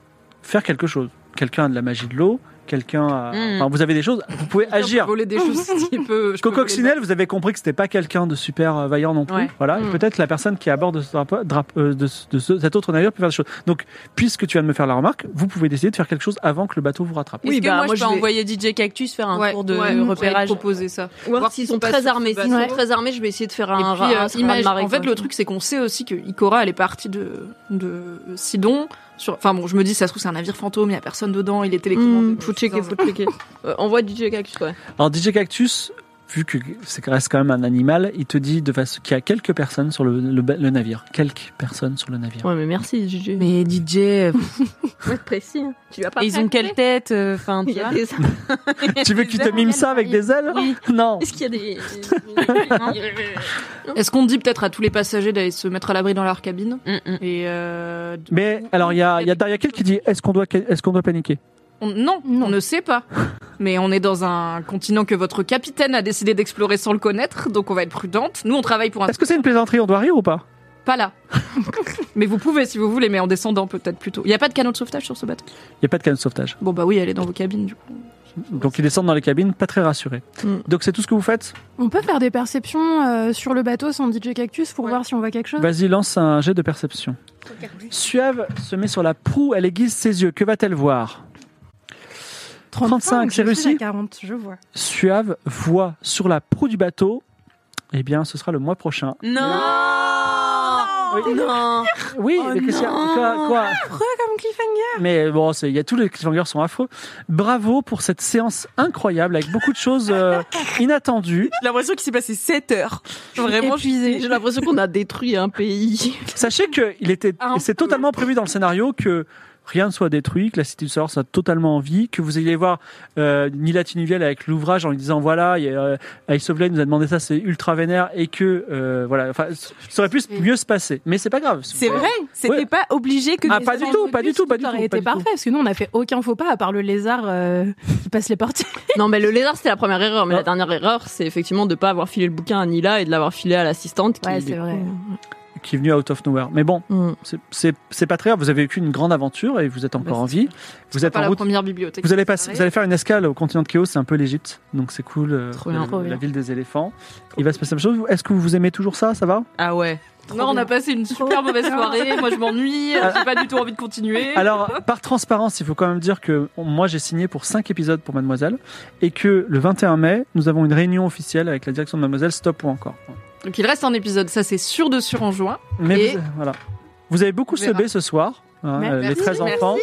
S4: faire quelque chose. Quelqu'un a de la magie de l'eau, quelqu'un à-
S3: Mm.
S4: enfin, vous avez des choses, vous pouvez agir.
S2: Hmm. Voler des choses un petit peu. je peux voler Hmm.
S4: Cococcinelle, vous avez compris que c'était pas quelqu'un de super euh, vaillant non plus.
S3: Ouais.
S4: Voilà, et
S5: Mm.
S4: peut-être la personne qui est à bord de, ce drapeau- drape- euh, de ce- de ce- cet autre navire peut faire des choses. Donc, puisque tu viens de me faire la remarque, vous pouvez décider de faire quelque chose avant que le bateau vous rattrape.
S5: Oui,
S3: Est-ce que
S5: bah,
S3: moi,
S5: moi,
S3: je
S5: je
S3: peux
S5: vais-
S3: envoyer DJ Cactus faire un
S2: Ouais,
S3: cours de
S2: ouais, on pourrait
S3: repérage
S2: proposer ça.
S5: Voir s'ils sont très armés. S'ils
S6: Ouais.
S5: sont très armés, je vais essayer de faire un
S2: Et puis, euh,
S5: rat- un rat de
S2: imagine-
S5: marée,
S2: en fait,
S5: quoi.
S2: le truc, c'est qu'on sait aussi que Ikora, elle est partie de, de Sidon. Sur, enfin bon, je me dis, ça se trouve, c'est un navire fantôme, il y a personne dedans, il est télécommandé.
S5: Mmh, faut checker, faut checker. Euh, envoie DJ Cactus, ouais.
S4: Alors, DJ Cactus, vu que c'est reste quand même un animal, il te dit de façon qu'il y a quelques personnes sur le, le ba- le navire. Quelques personnes sur le navire.
S5: Ouais, mais merci, DJ. Mais
S3: Mais DJ, euh,
S5: faut être précis. hein. Tu vas pas.
S3: et ils ont quelle tête euh, Enfin, tu
S5: Il y a
S3: vois.
S5: des-
S4: Tu veux qu'il te mime ça avec des ailes Non.
S5: Est-ce qu'il y a des.
S2: Est-ce qu'on dit peut-être à tous les passagers d'aller se mettre à l'abri dans leur cabine
S3: Mm, mm.
S2: Et euh, de-
S4: Mais alors, il y a, il y a Daria Kell qui dit est-ce qu'on doit, est qu'on doit paniquer
S2: on- non,
S6: Non.
S2: on ne sait pas. Mais on est dans un continent que votre capitaine a décidé d'explorer sans le connaître, donc on va être prudente. Nous, on travaille pour un
S4: Est-ce que c'est une plaisanterie On doit rire ou pas
S2: pas là. mais vous pouvez si vous voulez, mais en descendant peut-être plutôt. Il n'y a pas de canot de sauvetage sur ce bateau.
S4: Il n'y a pas de canot de sauvetage.
S2: Bon bah oui, elle est dans vos cabines du coup.
S4: Donc, ils descendent dans les cabines, pas très rassurés.
S5: Mm.
S4: Donc, c'est tout ce que vous faites
S6: On peut faire des perceptions euh, sur le bateau sans DJ Cactus pour
S2: Ouais.
S6: voir si on voit quelque chose.
S4: Vas-y, lance un jet de perception. Suave se met sur la proue, elle aiguise ses yeux. Que va-t-elle voir 35, c'est
S6: je suis
S4: réussi
S6: à 40, je vois.
S4: Suave voit sur la proue du bateau. Eh bien, ce sera le mois prochain.
S3: Non
S4: Oui.
S3: Oh, Non
S4: Oui,
S3: Oh
S4: mais qu'est-ce qu'il y a
S3: non
S4: Quoi, quoi
S6: Affreux comme cliffhanger
S4: Mais bon, c'est- il y a tous les cliffhangers sont affreux. Bravo pour cette séance incroyable avec beaucoup de choses euh, inattendues.
S3: J'ai l'impression qu'il s'est passé 7 heures. Vraiment, je
S5: J'ai l'impression qu'on a détruit un pays.
S4: Sachez que il était,
S2: Un
S3: Ah,
S4: et c'est totalement prévu dans le scénario que rien ne soit détruit, que la cité du savoir soit totalement en vie, que vous ayez voir euh, Nila Tinuviel avec l'ouvrage en lui disant voilà, il y a, euh, Ice of Lane nous a demandé ça, c'est ultra vénère et que euh, voilà, enfin, ça aurait pu mieux se passer. Mais c'est pas grave.
S3: C'est vrai, c'était
S4: Ouais.
S3: pas obligé que.
S4: Ah, pas du tout, pas du tout, pas du tout.
S6: Ça aurait
S4: pas
S6: été
S4: du tout.
S6: parfait, parce que nous, on n'a fait aucun faux pas, à part le lézard euh, qui passe les portières.
S5: Non, mais le lézard, c'était la première erreur. Mais
S4: Ah.
S5: la dernière erreur, c'est effectivement de pas avoir filé le bouquin à Nila et de l'avoir filé à l'assistante. qui,
S6: Ouais,
S5: du
S6: c'est
S5: coup,
S6: vrai.
S4: Qui est venu out of nowhere. Mais bon,
S5: Mm.
S4: c'est- c'est c'est pas très grave. Vous avez vécu une grande aventure et vous êtes encore en vie. Vous êtes
S2: Pas
S4: en
S2: la
S4: route
S2: première bibliothèque.
S4: Vous allez, passer, vous allez faire une escale au continent de Chaos, c'est un peu l'Egypte, donc c'est cool. euh,
S5: Trop
S4: la-
S5: bien,
S4: la,
S5: trop
S6: bien.
S4: ville des éléphants. Il va se passer la même chose. Est-ce que vous aimez toujours ça Ça va
S3: Ah ouais.
S2: Non, on a passé une super mauvaise soirée. Moi, je m'ennuie. euh, J'ai pas du tout envie de continuer.
S4: Alors, par transparence, il faut quand même dire que moi j'ai signé pour 5 épisodes pour Mademoiselle et que le 21 mai, nous avons une réunion officielle avec la direction de Mademoiselle, stop ou encore.
S2: Donc, il reste un épisode. Ça, c'est sûr de sûr en juin.
S4: Mais
S2: Et-
S4: vous, voilà. Vous avez beaucoup
S2: On verra.
S4: sebé ce soir, hein,
S6: Merci,
S4: euh, les 13
S2: merci.
S4: enfants.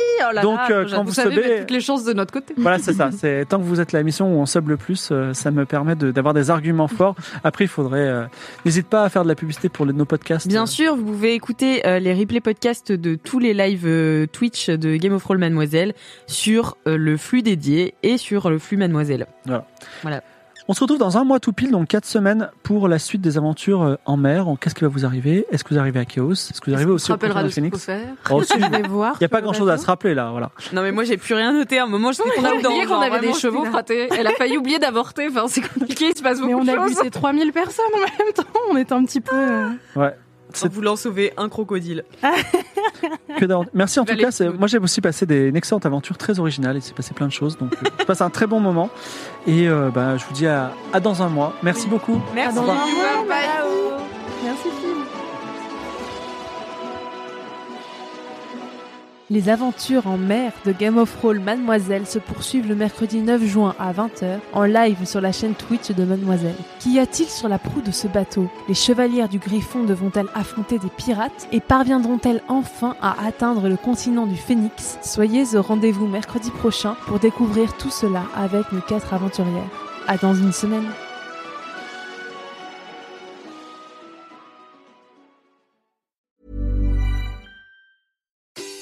S4: Donc, euh, quand vous,
S2: Vous savez,
S4: sebez-
S2: mettre toutes les chances de notre côté.
S4: Voilà, c'est ça. C'est tant que vous êtes la mission où on sub le plus, euh, ça me permet de- d'avoir des arguments forts. Après, il faudrait. euh, N'hésite pas à faire de la publicité pour les- nos podcasts.
S3: Bien sûr, vous pouvez écouter euh, les replays podcasts de tous les lives euh, Twitch de Game of Thrones Mademoiselle sur euh, le flux dédié et sur le flux Mademoiselle.
S4: On se retrouve dans un mois tout pile, donc quatre semaines pour la suite des aventures euh, en mer. En- Qu'est-ce qui va vous arriver Est-ce que vous arrivez à Chaos Est-ce que vous arrivez
S2: On
S4: aussi
S2: se
S4: au
S2: rappellera
S4: Continent
S2: de
S4: de
S2: ce qu'il faut
S4: Phoenix
S2: faire.
S4: Oh, si,
S6: Je vais voir.
S4: Il n'y a pas grand-chose à se rappeler là, voilà.
S3: Non mais moi j'ai plus rien noté à un moment, je
S2: On a oublié qu'on avait des chevaux
S3: chevaux
S2: frottés. Elle a failli oublier d'avorter. Enfin, c'est compliqué. Il se passe
S6: Mais
S2: beaucoup
S6: on
S2: de
S6: a vu
S2: choses.
S6: ces 3000 personnes en même temps, on est un petit peu... euh,
S3: en voulant sauver un crocodile.
S4: Que d'avant- Merci en tout
S2: Valet.
S4: cas. c'est- Moi, j'ai aussi passé des, une excellente aventure très originale. Il s'est passé plein de choses, donc euh, je passe un très bon moment. Et euh, bah, je vous dis à, à dans un mois. Merci beaucoup.
S3: Merci.
S4: Au revoir.
S6: Merci, Phil.
S1: Les aventures en mer de Game of Roll Mademoiselle se poursuivent le mercredi 9 juin à 20h en live sur la chaîne Twitch de Mademoiselle. Qu'y a-t-il sur la proue de ce bateau Les chevalières du Griffon devront-elles affronter des pirates et parviendront-elles enfin à atteindre le continent du Phénix Soyez au rendez-vous mercredi prochain pour découvrir tout cela avec nos quatre aventurières. À dans une semaine.